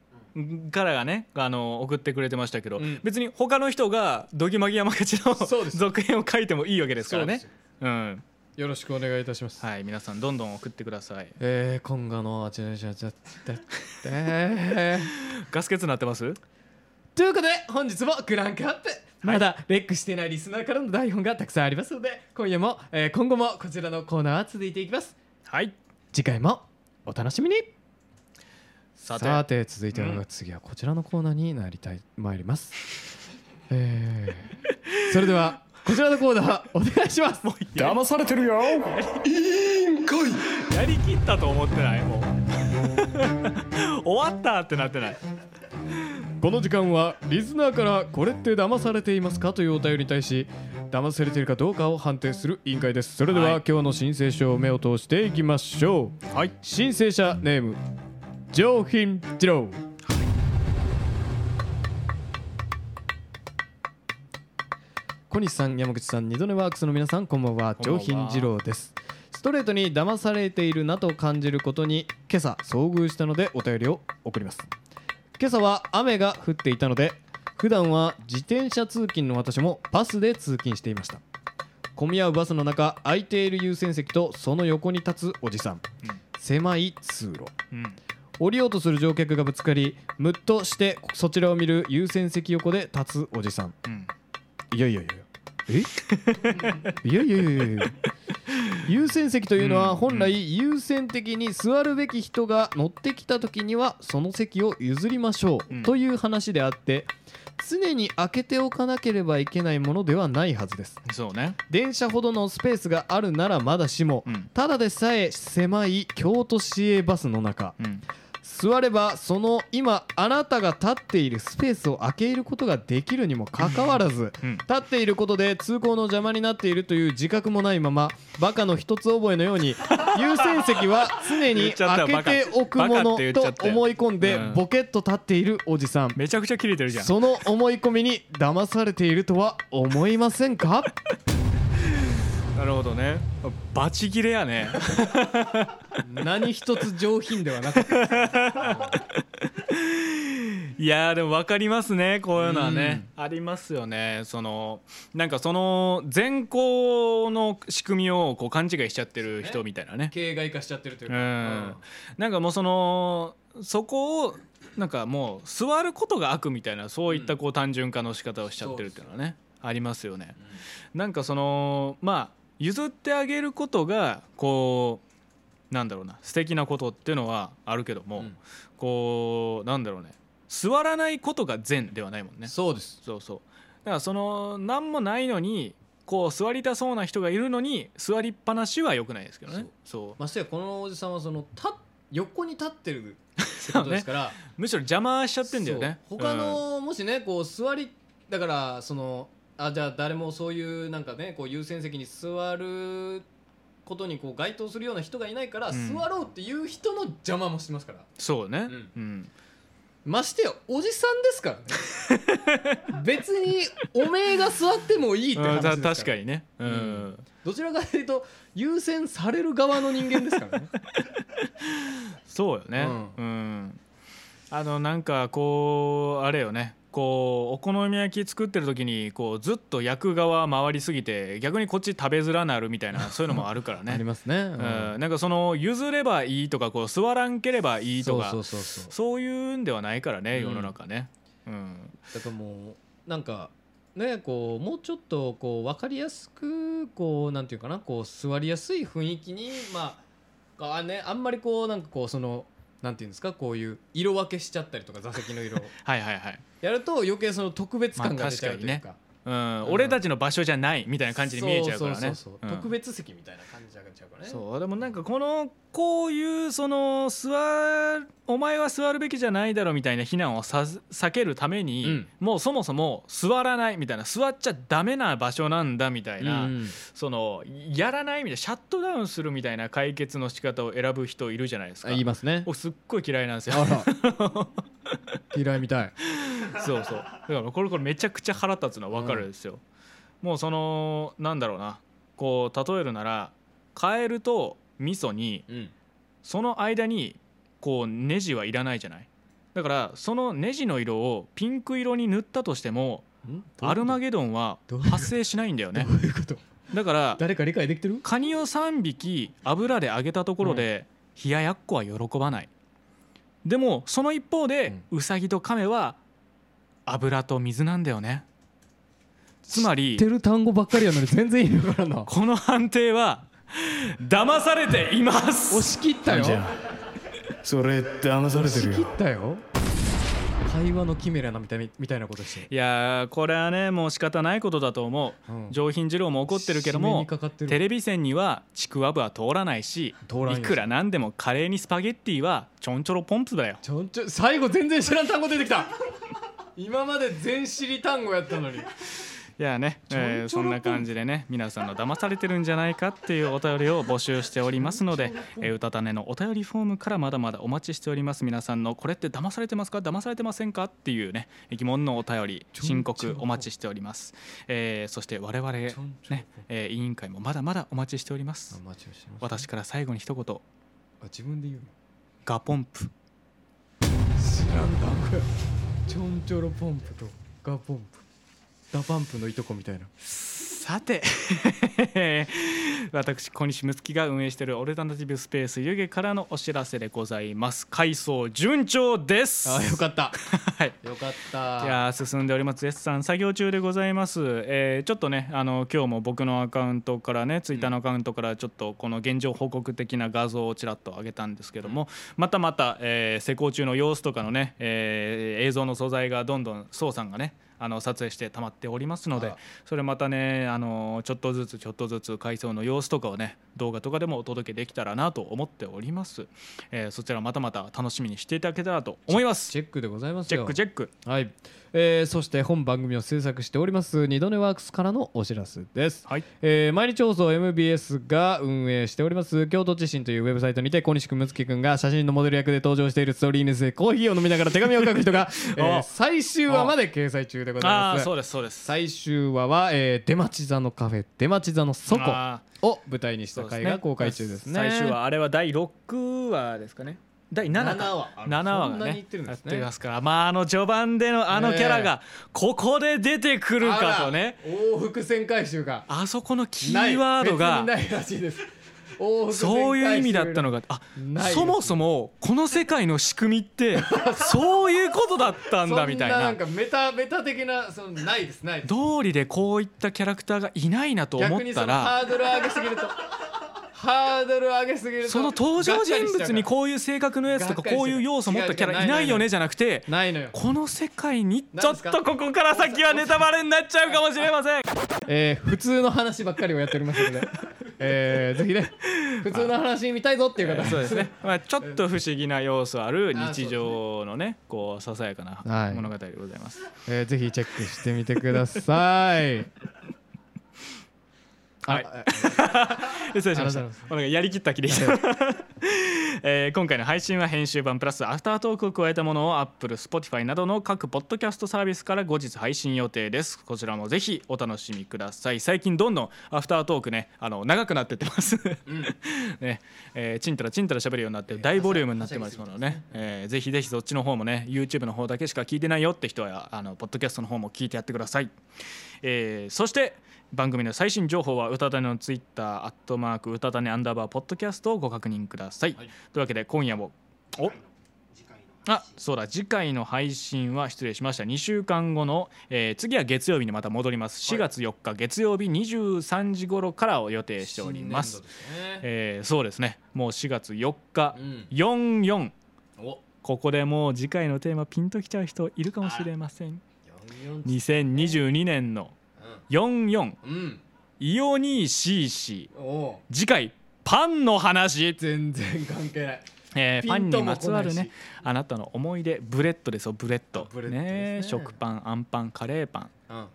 からがねあの送ってくれてましたけど、うん別に他の人がドギマギ山口のそうです続編を書いてもいいわけですからねそうで。うん、よろしくお願いいたします、はい皆さんどんどん送ってください。えー、今後のあちらちゃちゃちゃえーガス欠になってます？ということで本日もクランクアップまだレックしてないリスナーからの台本がたくさんありますので今夜も、えー今後もこちらのコーナーは続いていきますはい。次回もお楽しみにさてさて続いては、うん次はこちらのコーナーになりたい参り ます、えー、それではこちらのコーナーお願いします騙されてるよ。委員会。やりきったと思ってないもう。終わったってなってない。この時間はリスナーからこれって騙されていますかというお便りに対し騙されているかどうかを判定する委員会ですそれでは、はい今日の申請書を目を通していきましょうはい。申請者ネーム上品次郎小西さん山口さん二度寝ワークスの皆さんこんばんはこん上ばんは品次郎ですストレートに騙されているなと感じることに今朝遭遇したのでお便りを送ります今朝は雨が降っていたので普段は自転車通勤の私もバスで通勤していました混み合うバスの中空いている優先席とその横に立つおじさん、うん狭い通路うん。降りようとする乗客がぶつかりムッとしてそちらを見る優先席横で立つおじさんうん。いやいやいやえ いやいやいやいやいや優先席というのうはん本来優先的に座るべき人が乗ってきた時にはその席を譲りましょうんうという話であって常に開けておかなければいけないものではないはずですそうね。電車ほどのスペースがあるならまだしもうん。ただでさえ狭い京都市営バスの中うん。座ればその今あなたが立っているスペースを空け入ることができるにもかかわらず、うん立っていることで通行の邪魔になっているという自覚もないままバカの一つ覚えのよ うに優先席は常言にっちゃった開よけておくもバカバカっのて言っちゃったとよ思い込んでうんボケっと立っているおじさんめちゃくちゃ切れてるじゃんその思い込みに騙されているとは思いませんかなるほどねバチ切れやね何一つ上品ではなかったいやーでも分かりますねこういうのはねうありますよねそのなんかその善行の仕組みをこう勘違いしちゃってる人みたいなね形骸化しちゃってるといううか、んなんかもうそのそこをなんかもう座ることが悪みたいなそういったこう単純化の仕方をしちゃってるっていうのはねありますよね。なんかそのまあ譲ってあげることがこうなんだろうな素敵なことっていうのはあるけども、うんこうなんだろうね座らないことが善ではないもんね。そうですそうそうだからその何もないのにこう座りたそうな人がいるのに座りっぱなしは良くないですけどね。そうましてやこのおじさんはその立っ横に立ってる ってことですから、むしろ邪魔しちゃってんだよねそう他、の、もしねこう座りだからそのあじゃあ誰もそういうなんかねこう優先席に座ることにこう該当するような人がいないから、うん座ろうっていう人の邪魔もしますからうんそうね、ううんましてやおじさんです からね別におめえが座ってもいいって話ですたから確かにね、うんんどちらかというと優先される側の人間ですからねそうよねう、うんあのなんかこうあれよねこうお好み焼き作ってる時にこうずっと焼く側回りすぎて逆にこっち食べづらなるみ たいなそういうのもあるから ねますね、ううん、なんかその譲ればいいとかこう座らんければいいとかそうそうそうそうそういうんではないからねうん世の中ね、うんだからもうなんかねこうもうちょっとこう分かりやすくこうなんていうかなこう座りやすい雰囲気にまああ,、ね、あんまりこうなんかこうそのなんていうんですかこういう色分けしちゃったりとか座席の 色をはいはいはいやると余計その特別感が出ちゃうというか,、うん、うん俺たちの場所じゃないみたいな感じに見えちゃうからねそうそうそううん特別席みたいな感じになっちゃうからねそうでもなんかこのこういうその座るお前は座るべきじゃないだろみたいな非難をさ避けるために、うんもうそもそも座らないみたいな座っちゃダメな場所なんだみたいな、うんそのやらないみたいなシャットダウンするみたいな解決の仕方を選ぶ人いるじゃないですあか。言いますね僕すっごい嫌いなんですよあら嫌いみたい そうそうだからこれこれめちゃくちゃ腹立つのは分かるんですよ、もうそのなんだろうなこう例えるならカエルと味噌にうんその間にこうネジはいらないじゃないだからそのネジの色をピンク色に塗ったとしてもアルマゲゲドンはどういうこと発生しないんだよねどういうことだから誰か理解できてるカニを3匹油で揚げたところで、冷ややっこは喜ばないでもその一方で、ウサギとカメは油と水なんだよねつまり知ってる単語ばっかりやのに全然意味わからんなこの判定は騙されていま す押し切ったよじゃ押それ騙されてしる切よったよ会話のキメラなみたいみたいなことしていやーこれはねもう仕方ないことだと思う、うん上品二郎も怒ってるけど締めにもかかってるテレビ線にはちくわぶは通らないし通らんよいくらなんでもカレーにスパゲッティはちょんちょろポンプだよちょんちょ最後全然知らん単語出てきた今まで全知り単語やったのにいやね、えーそんな感じでね皆さんの騙されてるんじゃないかっていうお便りを募集しておりますので、えー、うたたねのお便りフォームからまだまだお待ちしております皆さんのこれって騙されてますか騙されてませんかっていうね疑問のお便り申告お待ちしております、えーそして我々ねちょんちょんえー委員会もまだまだお待ちしております間違えしてました私から最後に一言あ自分で言うのガポンプ知らん単語やちょんちょろポンプとガポンプダパンプのいとこみたいなさて 私小西睦月が運営しているオルタナティブスペース湯気からのお知らせでございます改装順調ですあよかった はいよかったいやー進んでおります絶賛作業中でございます、えーちょっとねあの今日も僕のアカウントからねツイッターのアカウントからちょっとこの現状報告的な画像をちらっと上げたんですけども、またまた、えー施工中の様子とかのね、えー映像の素材がどんどん宋さんがねあの撮影してたまっておりますのでそれまたねあのちょっとずつちょっとずつ改装の様子とかをね動画とかでもお届けできたらなと思っております、えーそちらまたまた楽しみにしていただけたらと思いますチチェックでございますェッよクチェックはい、えーそして本番組を制作しております二度寝ワークスからのお知らせです、はいえー毎日放送 MBS が運営しております京都地震というウェブサイトにて小西君、睦月君が写真のモデル役で登場しているストーリーネスでコーヒーを飲みながら手紙を書く人 が、えーあ最終話まで掲載中でございあまあーすそうですそうです最終話は、えー出町座のカフェ出町座の倉庫あーを舞台にしそたうです回ねが公開中ですね最終話あれは第6話ですかね第7七話話あ7話そんがなに言ねってるんやでっすねてますからまああの序盤でのあのキャラがここで出てくるかとねあら往復旋回収があそこのキーワードがない別にないらしいです往復旋回収がそういう意味だったのがあないですそもそもこの世界の仕組みって そういうことだったんだみたいそんなななんかメタメタ的なそのないですないです道理でこういったキャラクターがいないなと思逆っにそたのらハードル上げすぎるとハードル上げすぎるとその登場人物にこういう性格のやつとがっかかりしちゃうこういう要素持ったキャ違うラ違ういないないなよねいじゃなくてうないのよ、この世界にち何ょでっすかとここから先はネタバレになっちゃうかもしれませんえー普通の話ばっかりをやっておりますので、えーぜひね普通の話見たいぞっていう方はそうですね、 まあ、ちょっと不思議な要素ある日常のねこうささやかはない物語でございます、えーぜひチェックしてみてくださいはいあ失礼しましありがとうござたいますお願いやりきった気でした えー今回の配信は編集版プラスアフタートークを加えたものを Apple、Spotify などの各ポッドキャストサービスから後日配信予定ですこちらもぜひお楽しみください最近どんどんアフタートークねあの長くなってってます、 ねえー、ちんたらちんたら喋るようになって大ボリュームになってますものね、えーぜひぜひそっちの方もね YouTube の方だけしか聞いてないよって人はあのポッドキャストの方も聞いてやってくださいえーそして番組の最新情報はうたたねのツイッターアットマークうたたねアンダーバーポッドキャストをご確認ください、というわけで今夜もおあそうだ次回の配信は失礼しました2週間後の、えー次は月曜日にまた戻ります4月4日月曜日23時頃からを予定しておりますえーそうですねもう4月4日、44おここでもう次回のテーマピンときちゃう人いるかもしれません44 2022年の44うんイオニーシーシーおお次回パンの話、全然関係ないえーピパンンにとも来ないしまつわるねあなたの思い出ブレッドですよブレッドブレッドですねね食パンあんパンカレーパン、うん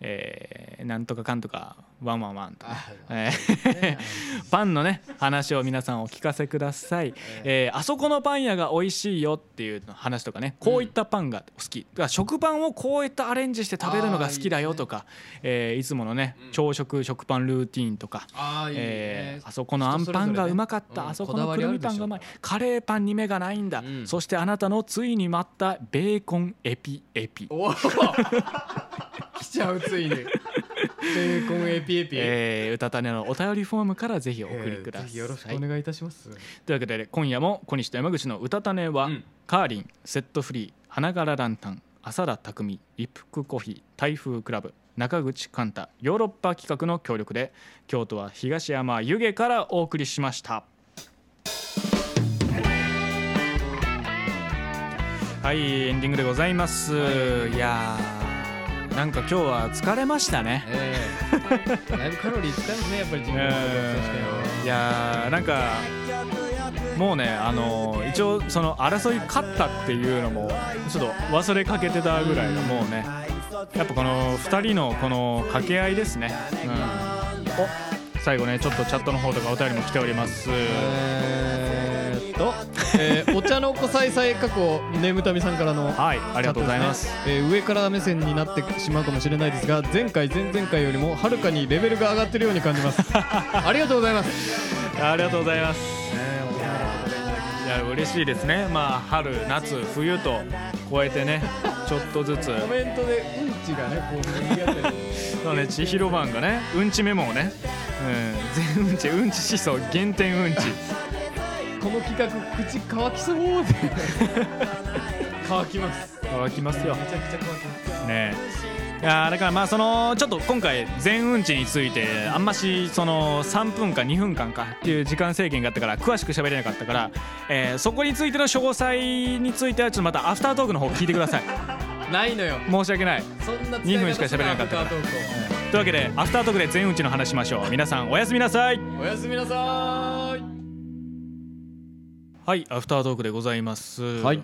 えーなんとかかんとかワンワンワンとかあえー パンのね話を皆さんお聞かせください、えーあそこのパン屋が美味しいよっていう話とかねこういったパンが好き、だから食パンをこういったアレンジして食べるのが好きだよとかいえーいつものね朝食食パンルーティンとか、ああいいね、えーあそこのあんパンがうまかった、あそこのくるみパンがうまいカレーパンに目がないんだ、うんそしてあなたのついに待ったベーコンエピエピおお 来ちゃうついにベーコンエピエピ、えー、うたたねのお便りフォームからぜひお送りくださぜい。ひよろしくお願いいたします、というわけで今夜も小西と山口の「うたたねは」うんカーリンセットフリー花柄ランタン浅田匠リップクコーヒー台風クラブ中口寛太ヨーロッパ企画の協力で京都は東山湯気からお送りしました。はいエンディングでございます、い、やーなんか今日は疲れましたねええ だいぶカロリー使いますねやっぱり自分のうんいやーなんかもうねあのー一応その争い勝ったっていうのもちょっと忘れかけてたぐらいのもうねやっぱこの2人のこの掛け合いですね、うん、お最後ねちょっとチャットの方とかお便りも来ております、えーっと、えーお茶の子さいさい過去眠たみさんからのはいありがとうございますチャットですねえー上から目線になってしまうかもしれないですが前回前々回よりもはるかにレベルが上がってるように感じます ありがとうございますありがとうございます。いや嬉しいですね。まあ春夏冬と超えてね、ちょっとずつ。コメントでうんちがねこう右あたりそうね、千尋版がね、うんちメモをね、うん、全うんち、うんち思想、減点うんち。この企画口乾きそうで乾きます乾きますよ。めちゃくちゃ乾きますねえいやーだからまあそのちょっと今回全うんちについてあんましその3分か2分間かっていう時間制限があったから詳しく喋れなかった から、えーそこについての詳細についてはちょっとまたアフタートークの方聞いてくださいないのよ申し訳ないそんな2分しか喋れなかったからアフタートークをというわけでアフタートークで全打ちの話しましょう皆さんおやすみなさいおやすみなさーいはいアフタートークでございます はい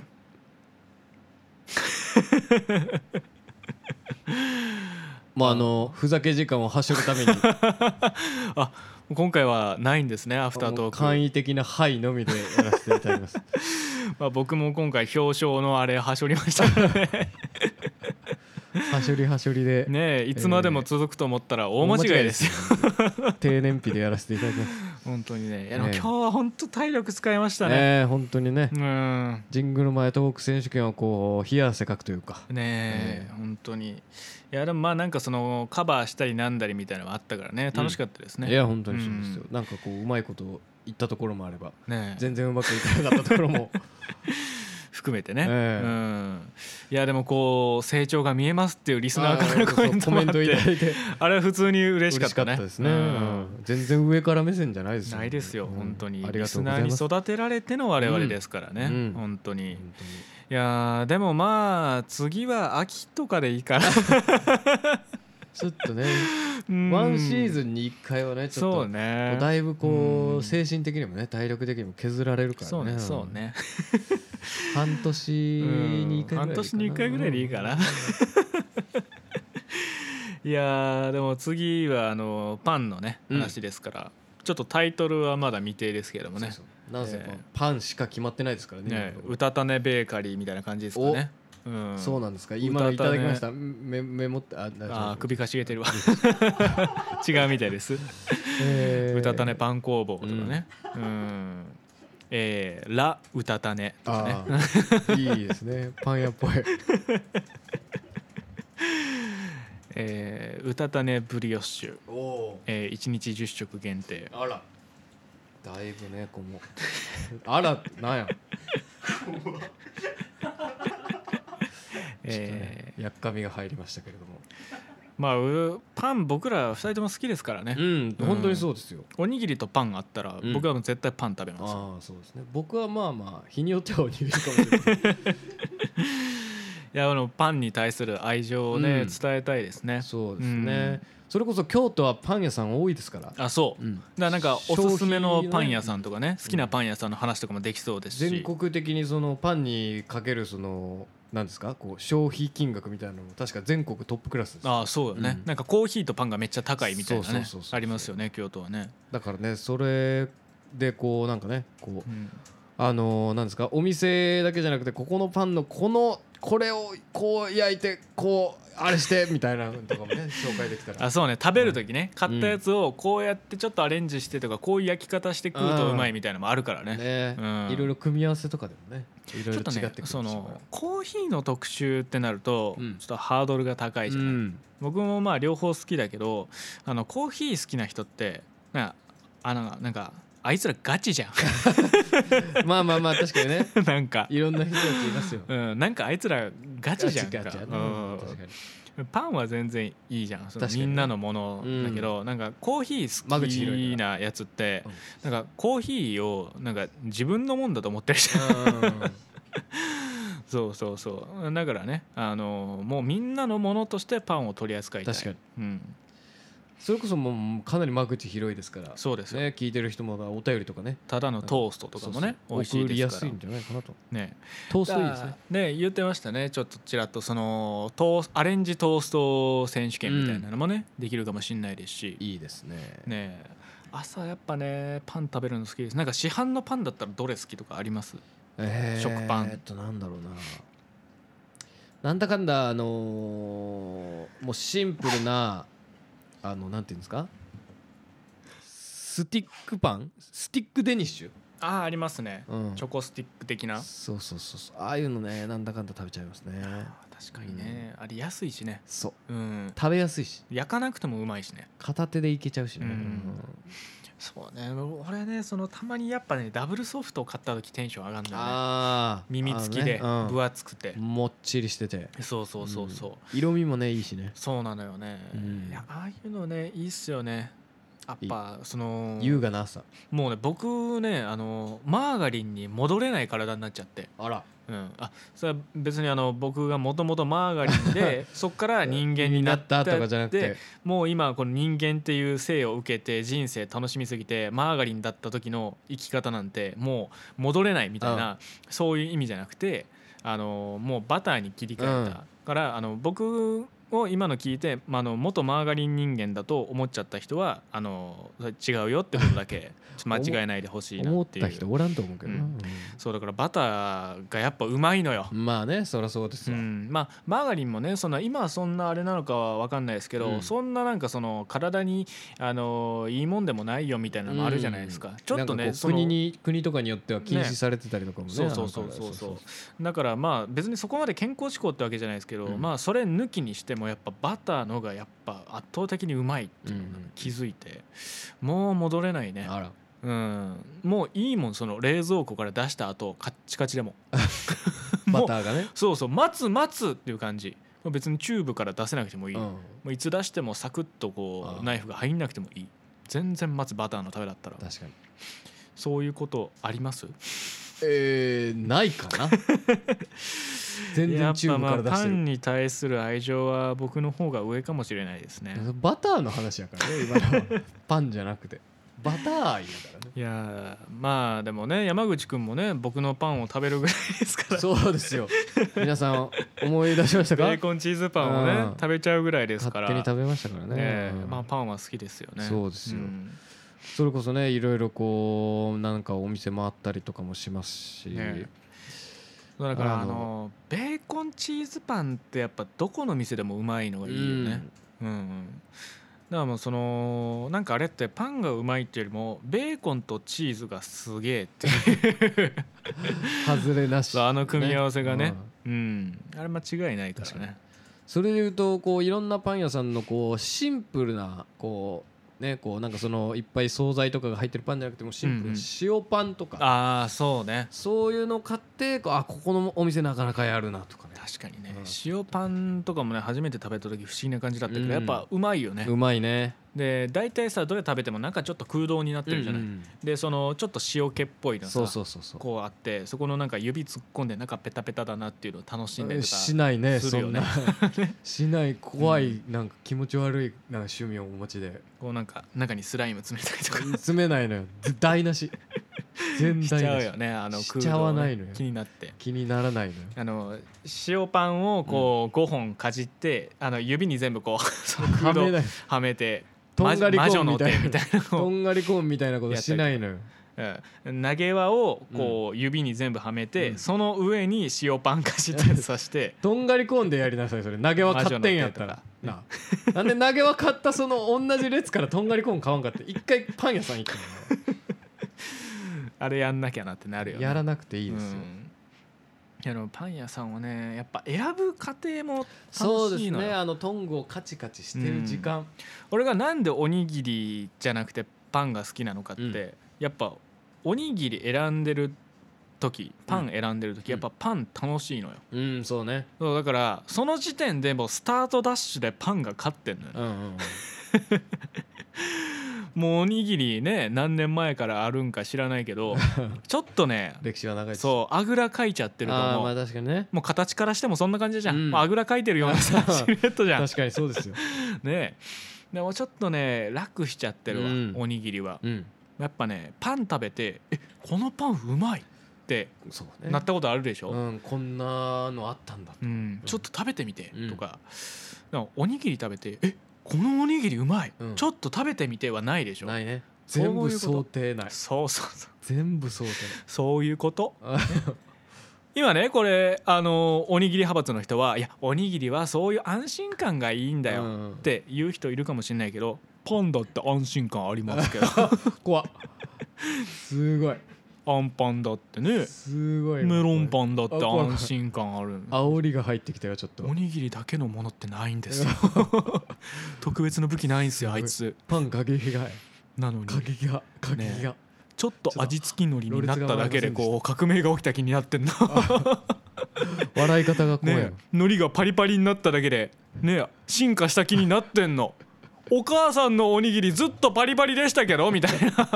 まああのふざけ時間をはしょるため にあ今回はないんですねアフタートーク簡易的な「はい」のみでやらせていただき ますまあ、僕も今回表彰のあれはしょりま したからねはしょりはしょりでねえいつまでも続くと思ったら大間違いですよ、低燃費でやらせていただきます 本当にねいやでもねえ今日は本当体力使いましたねねえ本当にねうんジングル前トーク選手権をこう冷や汗かくというかねええ、本当にいやでもまあなんかそのカバーしたりなんだりみたいなのはあったからね楽しかったですね、いや本当にそうですようなんかこううまいこと言ったところもあればねえ全然うまくいかなかったところ も含めてね、ええうん、いやでもこう成長が見えますっていうリスナーからのあーコメントもあそうコメっントいただていてあれは普通に嬉しか嬉っしかたっねたですねううんん全然上から目線じゃないですよないですよ、うん本当にありリがスとうごナざーいにます育てられての我々ですからね、うん本当に、い本当にやーでもまあ次は秋とかでいい かなちょっとねうんワンシーズンに1回はねちょっそうとねだいぶこうんう精神的にもね体力的にも削られるからねそうねそうね半年に1回ぐらい半年に1回ぐらいでいいかな いやーでも次はあのパンのねうん話ですから、ちょっとタイトルはまだ未定ですけれどもねそうそうなんせええパンしか決まってないですからねね今のところうたたねベーカリーみたいな感じですかね、うん、そうなんですか今のいただきましたメメモってあ大丈夫あー首かしげてるわ 違うみたいですえーうたたねパン工房とかねうん、えーラうたたねとかねあーいいですねパン屋っぽいえーうたたねブリオッシュ、おおえ1日10食限定あらだいぶねこ のあらなんやえーやっかみが入りましたけれどもまあうパン僕ら2人とも好きですからね、うん本当にそうですよおにぎりとパンあったらうん僕はもう絶対パン食べますよ、ああそうですね僕はまあまあ日によってはおにぎりかもしれないいやあのパンに対する愛情をね、うん伝えたいですね そうですね、それこそ京都はパン屋さん多いですから、あそう、うんだからなんかおすすめのパン屋さんとかね好きなパン屋さんの話とかもできそうですし全国的にそのパンにかけるそのなんですかこう消費金額みたいなのも確か全国トップクラスですああそうよね、うんなんかコーヒーとパンがめっちゃ高いみたいなそうねそうそうそうありますよね京都はね、だからねそれでこうなんかねこううんあのーなんですかお店だけじゃなくてここのパンのこのこれをこう焼いてこうあれしてみたいなのとかもね紹介できたらあそうね食べる時ね、買ったやつをこうやってちょっとアレンジしてとかこういう焼き方して食うとうまいみたいなのもあるからねね、うんいろいろ組み合わせとかでもねいろいちろ違ょっってくとるねんですよこそれのコーヒーの特集ってなると、うんちょっとハードルが高いじゃない、うん僕もまあ両方好きだけどあのコーヒー好きな人ってなあのなんかあいつらガチじゃん まあまあまあ確かにねなんか、いろんな人たちいますようん、なんかあいつらガチじゃんかガチやうねん確かにパンは全然いいじゃんその確かにみねんなのものだけど、なんかコーヒ間口広ー好いきかなやつってなんかコーヒーをなんか自分のもんだと思ってるじゃん そうそうそうだからねあのもうみんなのものとしてパンを取り扱いたい確かに、うん、それこそもうかなり間口広いですからそうですよ、ね聞いてる人もお便りとかねただのトーストとかもねそう美味そうしい送りでやすすかいらんじゃないかなとねトーストいいですねね言ってましたねちょっとちらっとそのトーアレンジトースト選手権みたいなのもね、できるかもしれないですしいいですねね朝やっぱねパン食べるの好きですなんか市販のパンだったらどれ好きとかありますえー食パンえっとなんだろうななんだかんだあのーもうシンプルなあのなんていうんですかスティックパンスティックデニッシュ、ああありますね、うんチョコスティック的なそうそうそうそうああいうのねなんだかんだ食べちゃいますね確かにね、あれ安いしねそううん食べやすいし焼かなくてもうまいしね片手でいけちゃうしね、うんそうね俺ねそのたまにやっぱねダブルソフトを買った時テンション上がるんだよねああ耳付きであのねうん分厚くて、もっちりしててそうそうそうそう、うん色味もねいいしねそうなのよね、うんいやああいうのねいいっすよねやっぱその優雅な朝もうね僕ねあのマーガリンに戻れない体になっちゃってあらうん、あそれは別にあの僕がもともとマーガリ ンでそこから人間になった人間になったとかじゃなくてでもう今この人間っていう性を受けて人生楽しみすぎてマーガリンだった時の生き方なんてもう戻れないみたいな、そういう意味じゃなくてあのもうバターに切り替えた、うんからあの僕を今の聞いて、まあ、あの元マーガリン人間だと思っちゃった人はあのそれ違うよってこと だけちょっと間違えないでほしいな思っっていうた人おらんと思うけどな、うそうだからバターがやっぱうまいのよ、うんまあねそりゃそうですうよ、ん、まあマーガリンもねそんな今はそんなあれなのかは分かんないですけど、うんそんななんかその体にあのいいもんでもないよみたいなのもあるじゃないですか、ちょっなとんねかこそうの国に国とかによっては禁ね止されてたりとかもねそうそうそうそうそうだからまあ別にそこまで健康志向ってわけじゃないですけど、うんまあそれ抜きにしてもやっぱバターのがやっぱ圧倒的にうまいっていうのがうんうん気づいて、もう戻れないねあらうんもういいもんその冷蔵庫から出した後カッチカチ でもバもうターがね、そうそう待つ待つっていう感じ別にチューブから出せなくてもいい、うもん、ういつ出してもサクッとこあうあナイフが入んなくてもいい全然待つバターのためだったら確かにそういうことありますえー、ないか な全や然っチュぱーブまかあら出パしてるンに対する愛情は僕の方が上かもしれないですねバターの話やからね今の はパンじゃなくてバターやからねいやーまあでもね山口くんもね僕のパンを食べるぐらいですからそうです よ皆さん思い出しましたベかーコンチーズパンをうんね食べちゃうぐらいですから勝手に食べましたからね、ええうんまあパンは好きですよねそうですよんそれこそねいろいろこうなんかお店回ったりとかもしますし、ねそうだからああののベーコンチーズパンってやっぱどこの店でもうまいのがいいよねうん、うん、だからもうそのなんかあれってパンがうまいっていうよりもベーコンとチーズがすげえって いう外れなし、そうあの組み合わせがねうんうん、あれ間違いないからねそれでいうとこういろんなパン屋さんのこうシンプルなこうねこうなんかそのいっぱい惣菜とかが入ってるパンじゃなくてもシンプルな塩パンとか、ああそうねそういうの買ってこうあここのお店なかなかやるなとかね確かにね、うん塩パンとかもね初めて食べた時不思議な感じだったけど、うんやっぱうまいよね、うまいねで大体さどれ食べてもなんかちょっと空洞になってるじゃない、うんでそのちょっと塩気っぽいのさそうそうそうそうこうあってそこのなんか指突っ込んでなんかペタペタだなっていうのを楽しんでえるーとかしないねするよねそ んなしない怖いなんか気持ち悪いなんか趣味をお持ちでこうなんか中にスライム詰めたりとか詰めないのよ台無し全 し台ちゃ無うしよねあのし空ちゃわ洞なねいのよ気になって。気にならないのよあの塩パンをこう5本かじって、あの指に全部こう その空は洞めないはめてとんがり魔コー女ンのみた手いみたないなのとをんがりコーンみたいなことしないのようん投げ輪をこう指に全部はめて、うんその上に塩パンかじって刺してとんがりコーンでやりなさいそれ投げは買ってんやったらなあなんで投げは買ったその同じ列からとんがりコーン買わんかって一回パン屋さん行ったのあれやんなきゃなってなるよよね。やらなくていいですよ、うんいやでもパン屋さんはねやっぱ選ぶ過程もそう楽でしすいのねよ、あのトングをカチカチしてる時間、俺がなんでおにぎりじゃなくてパンが好きなのかって、うんやっぱおにぎり選んでる時パン選んでるう時、んやっぱパン楽しいのようん、そうねそうだからその時点でもうスタートダッシュでパンが勝ってんのよ、うんうんうんもうおにぎりね何年前からあるんか知らないけ どちょっとね歴史は長いですそうあぐらかいちゃってるとああもまあう確かにねもう形からしてもそんな感じじゃん、うんもうあぐらかいてるようなさ シルエットじゃん確かにそうですよ、ねでもちょっとね楽しちゃってるわ、うんおにぎりはうん、やっぱねパン食べて「えこのパンうまい!」ってそうねなったことあるでしょ、ううんん、こんなのあったんだちょっと食べてみてうんとか,、おにぎり食べて「えこのおにぎりうまい、うんちょっと食べてみてはないでしょないねそういう全こと部想定ないそうそうそう全部 想定そういうことあ今ねこれあのおにぎり派閥の人はいやおにぎりはそういう安心感がいいんだよ、うんうんって言う人いるかもしれないけどパンだって安心感あります けど怖っすごいアンパンだってねすごいメロンンパンだって安心感ある煽りが入ってきたよちょっとおにぎりだけのものってないんです よ特別の武器ないんですよあいつパン過激がなのに過激が過激が、ちょっと味付きのりになっただけでろこう革命が起きた気になってんな笑い方が怖いわねのりがパリパリになっただけでね進化 した気になってんのお母さんのおにぎりずっとパリパリでしたけどみたいな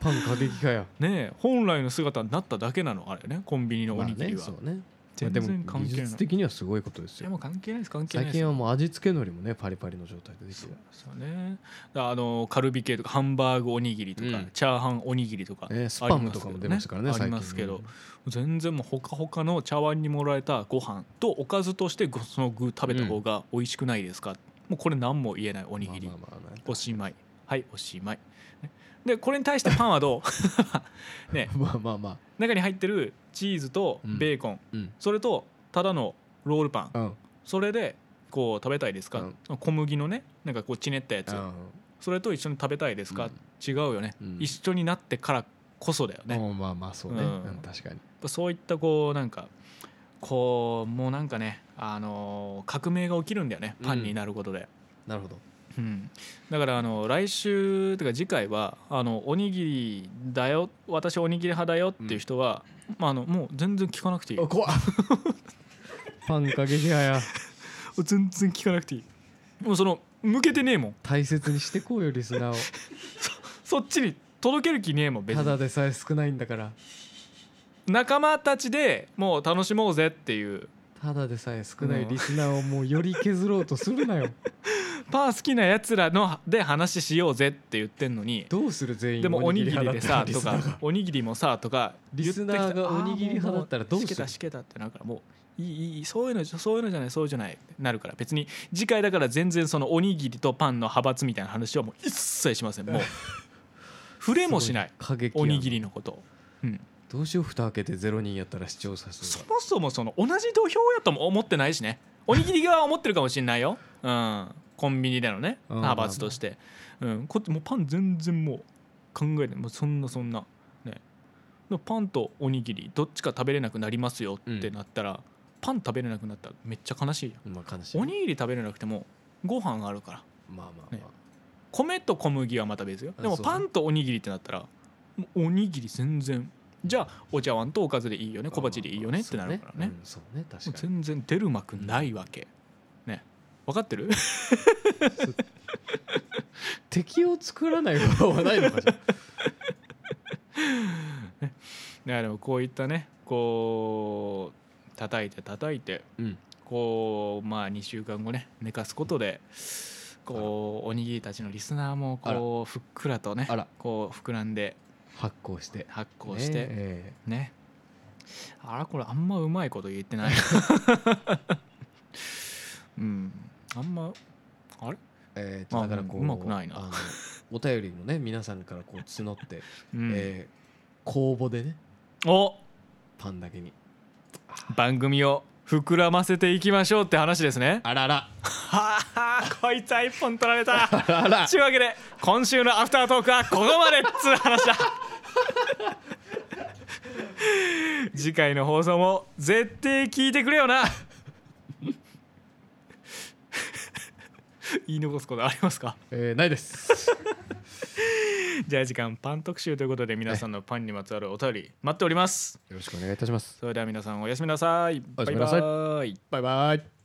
パン過激化やねえ本来の姿になっただけなのあれねコンビニのおにぎりねは、そうねまあ全でも然関技係ない術的にはすごいことですでよも関係ないです関係最ないです近はもう味付け海苔もねパリパリの状態でできそるうですよねあのカルビ系とかハンバーグおにぎりとか、うんチャーハンおにぎりとか、ねスパムとかも出ましたからねありますけど最近全然もうほかほかの茶碗に盛られたご飯とおかずとしてごその具食べた方が美味しくないですか、もうこれ何も言えないおにぎり、まあまあまあねおしまいはいおしまいねでこれに対してパンはどうねまあまあま 中に入ってるチーズとベーコン、うんうんそれとただのロールパンあうんそれでこう食べたいですか、小麦のねなんかこうちねったやつ、それと一緒に食べたいですか、違うよね、うん一緒になってからこそだよね、うんまあまあそうねうんうん確かにそういったこうなんかこうもうなんかね、あのー革命が起きるんだよねパンになることで、なるほどうんだからあの来週とか次回はあのおにぎりだよ私おにぎり派だよっていう人は、まあ、あのもう全然聞かなくていいあ怖っパン過激派や全然聞かなくていいもうその向けてねえもん大切にしてこうよリスナーをそっちに届ける気ねえもん別たにだでさえ少ないんだから仲間たちでもう楽しもうぜっていうただでさえ少ないリスナーをもうより削ろうとするなよパン好きなやつらので話しようぜって言ってんのにどうする全員でもおにぎりでさ派とだったらかおにぎりもさとか言ってきたリスナーがおにぎり派だったらどうするあーももしけたしけたってなんかもういいいいいいそういうのそういうのじゃないそういうのじゃないってなるから別に次回だから全然そのおにぎりとパンの派閥みたいな話はもう一切しませんもう触れもしない過激やおんにぎりのこと、うん、どうしよう蓋開けてゼロ人やったら視聴者数そがもそもその同じ土俵やとも思ってないしねおにぎり側は思ってるかもしれないよ、うん、コンビニでのねうん派閥として、うん、こっちもうパン全然もう考えてもうそんなそんなねでもパンとおにぎりどっちか食べれなくなりますよってなったら、パン食べれなくなったらめっちゃ悲しいよまあ悲しいおにぎり食べれなくてもご飯があるからまあまあまあ、ね米と小麦はまた別よあでもそうパンとおにぎりってなったらもうおにぎり全然じゃあお茶碗とおかずでいいよね小鉢でいいよねってなるからねうんそうね確かに全然出る幕ないわけね分か ってる敵を作らない方法はないのかじゃあいやでもこういったねこう叩いて叩いて、うんこうまあ2週間後ね寝かすことでこうおにぎりたちのリスナーもこうふっくらとねあらこう膨らんで発行して発酵してねねえあらこれあんまうまいこと言って ないうんあんまあれえーとだからこうあうんうまくないなあのお便りもね皆さんからこう募って、うんえー公募でねおパンだけに番組を膨らませていきましょうって話ですねあららはあこいつは一本取られた というわけで今週のアフタートークはここまでっつう話だ 次回の放送も絶対聞いてくれよな 言い残すことありますかえーないですじゃあ時間パン特集ということで皆さんのパンにまつわるお便り待っておりますよろしくお願いいたしますそれでは皆さんおやすみなさいおやバすイみなさいバイバイバイ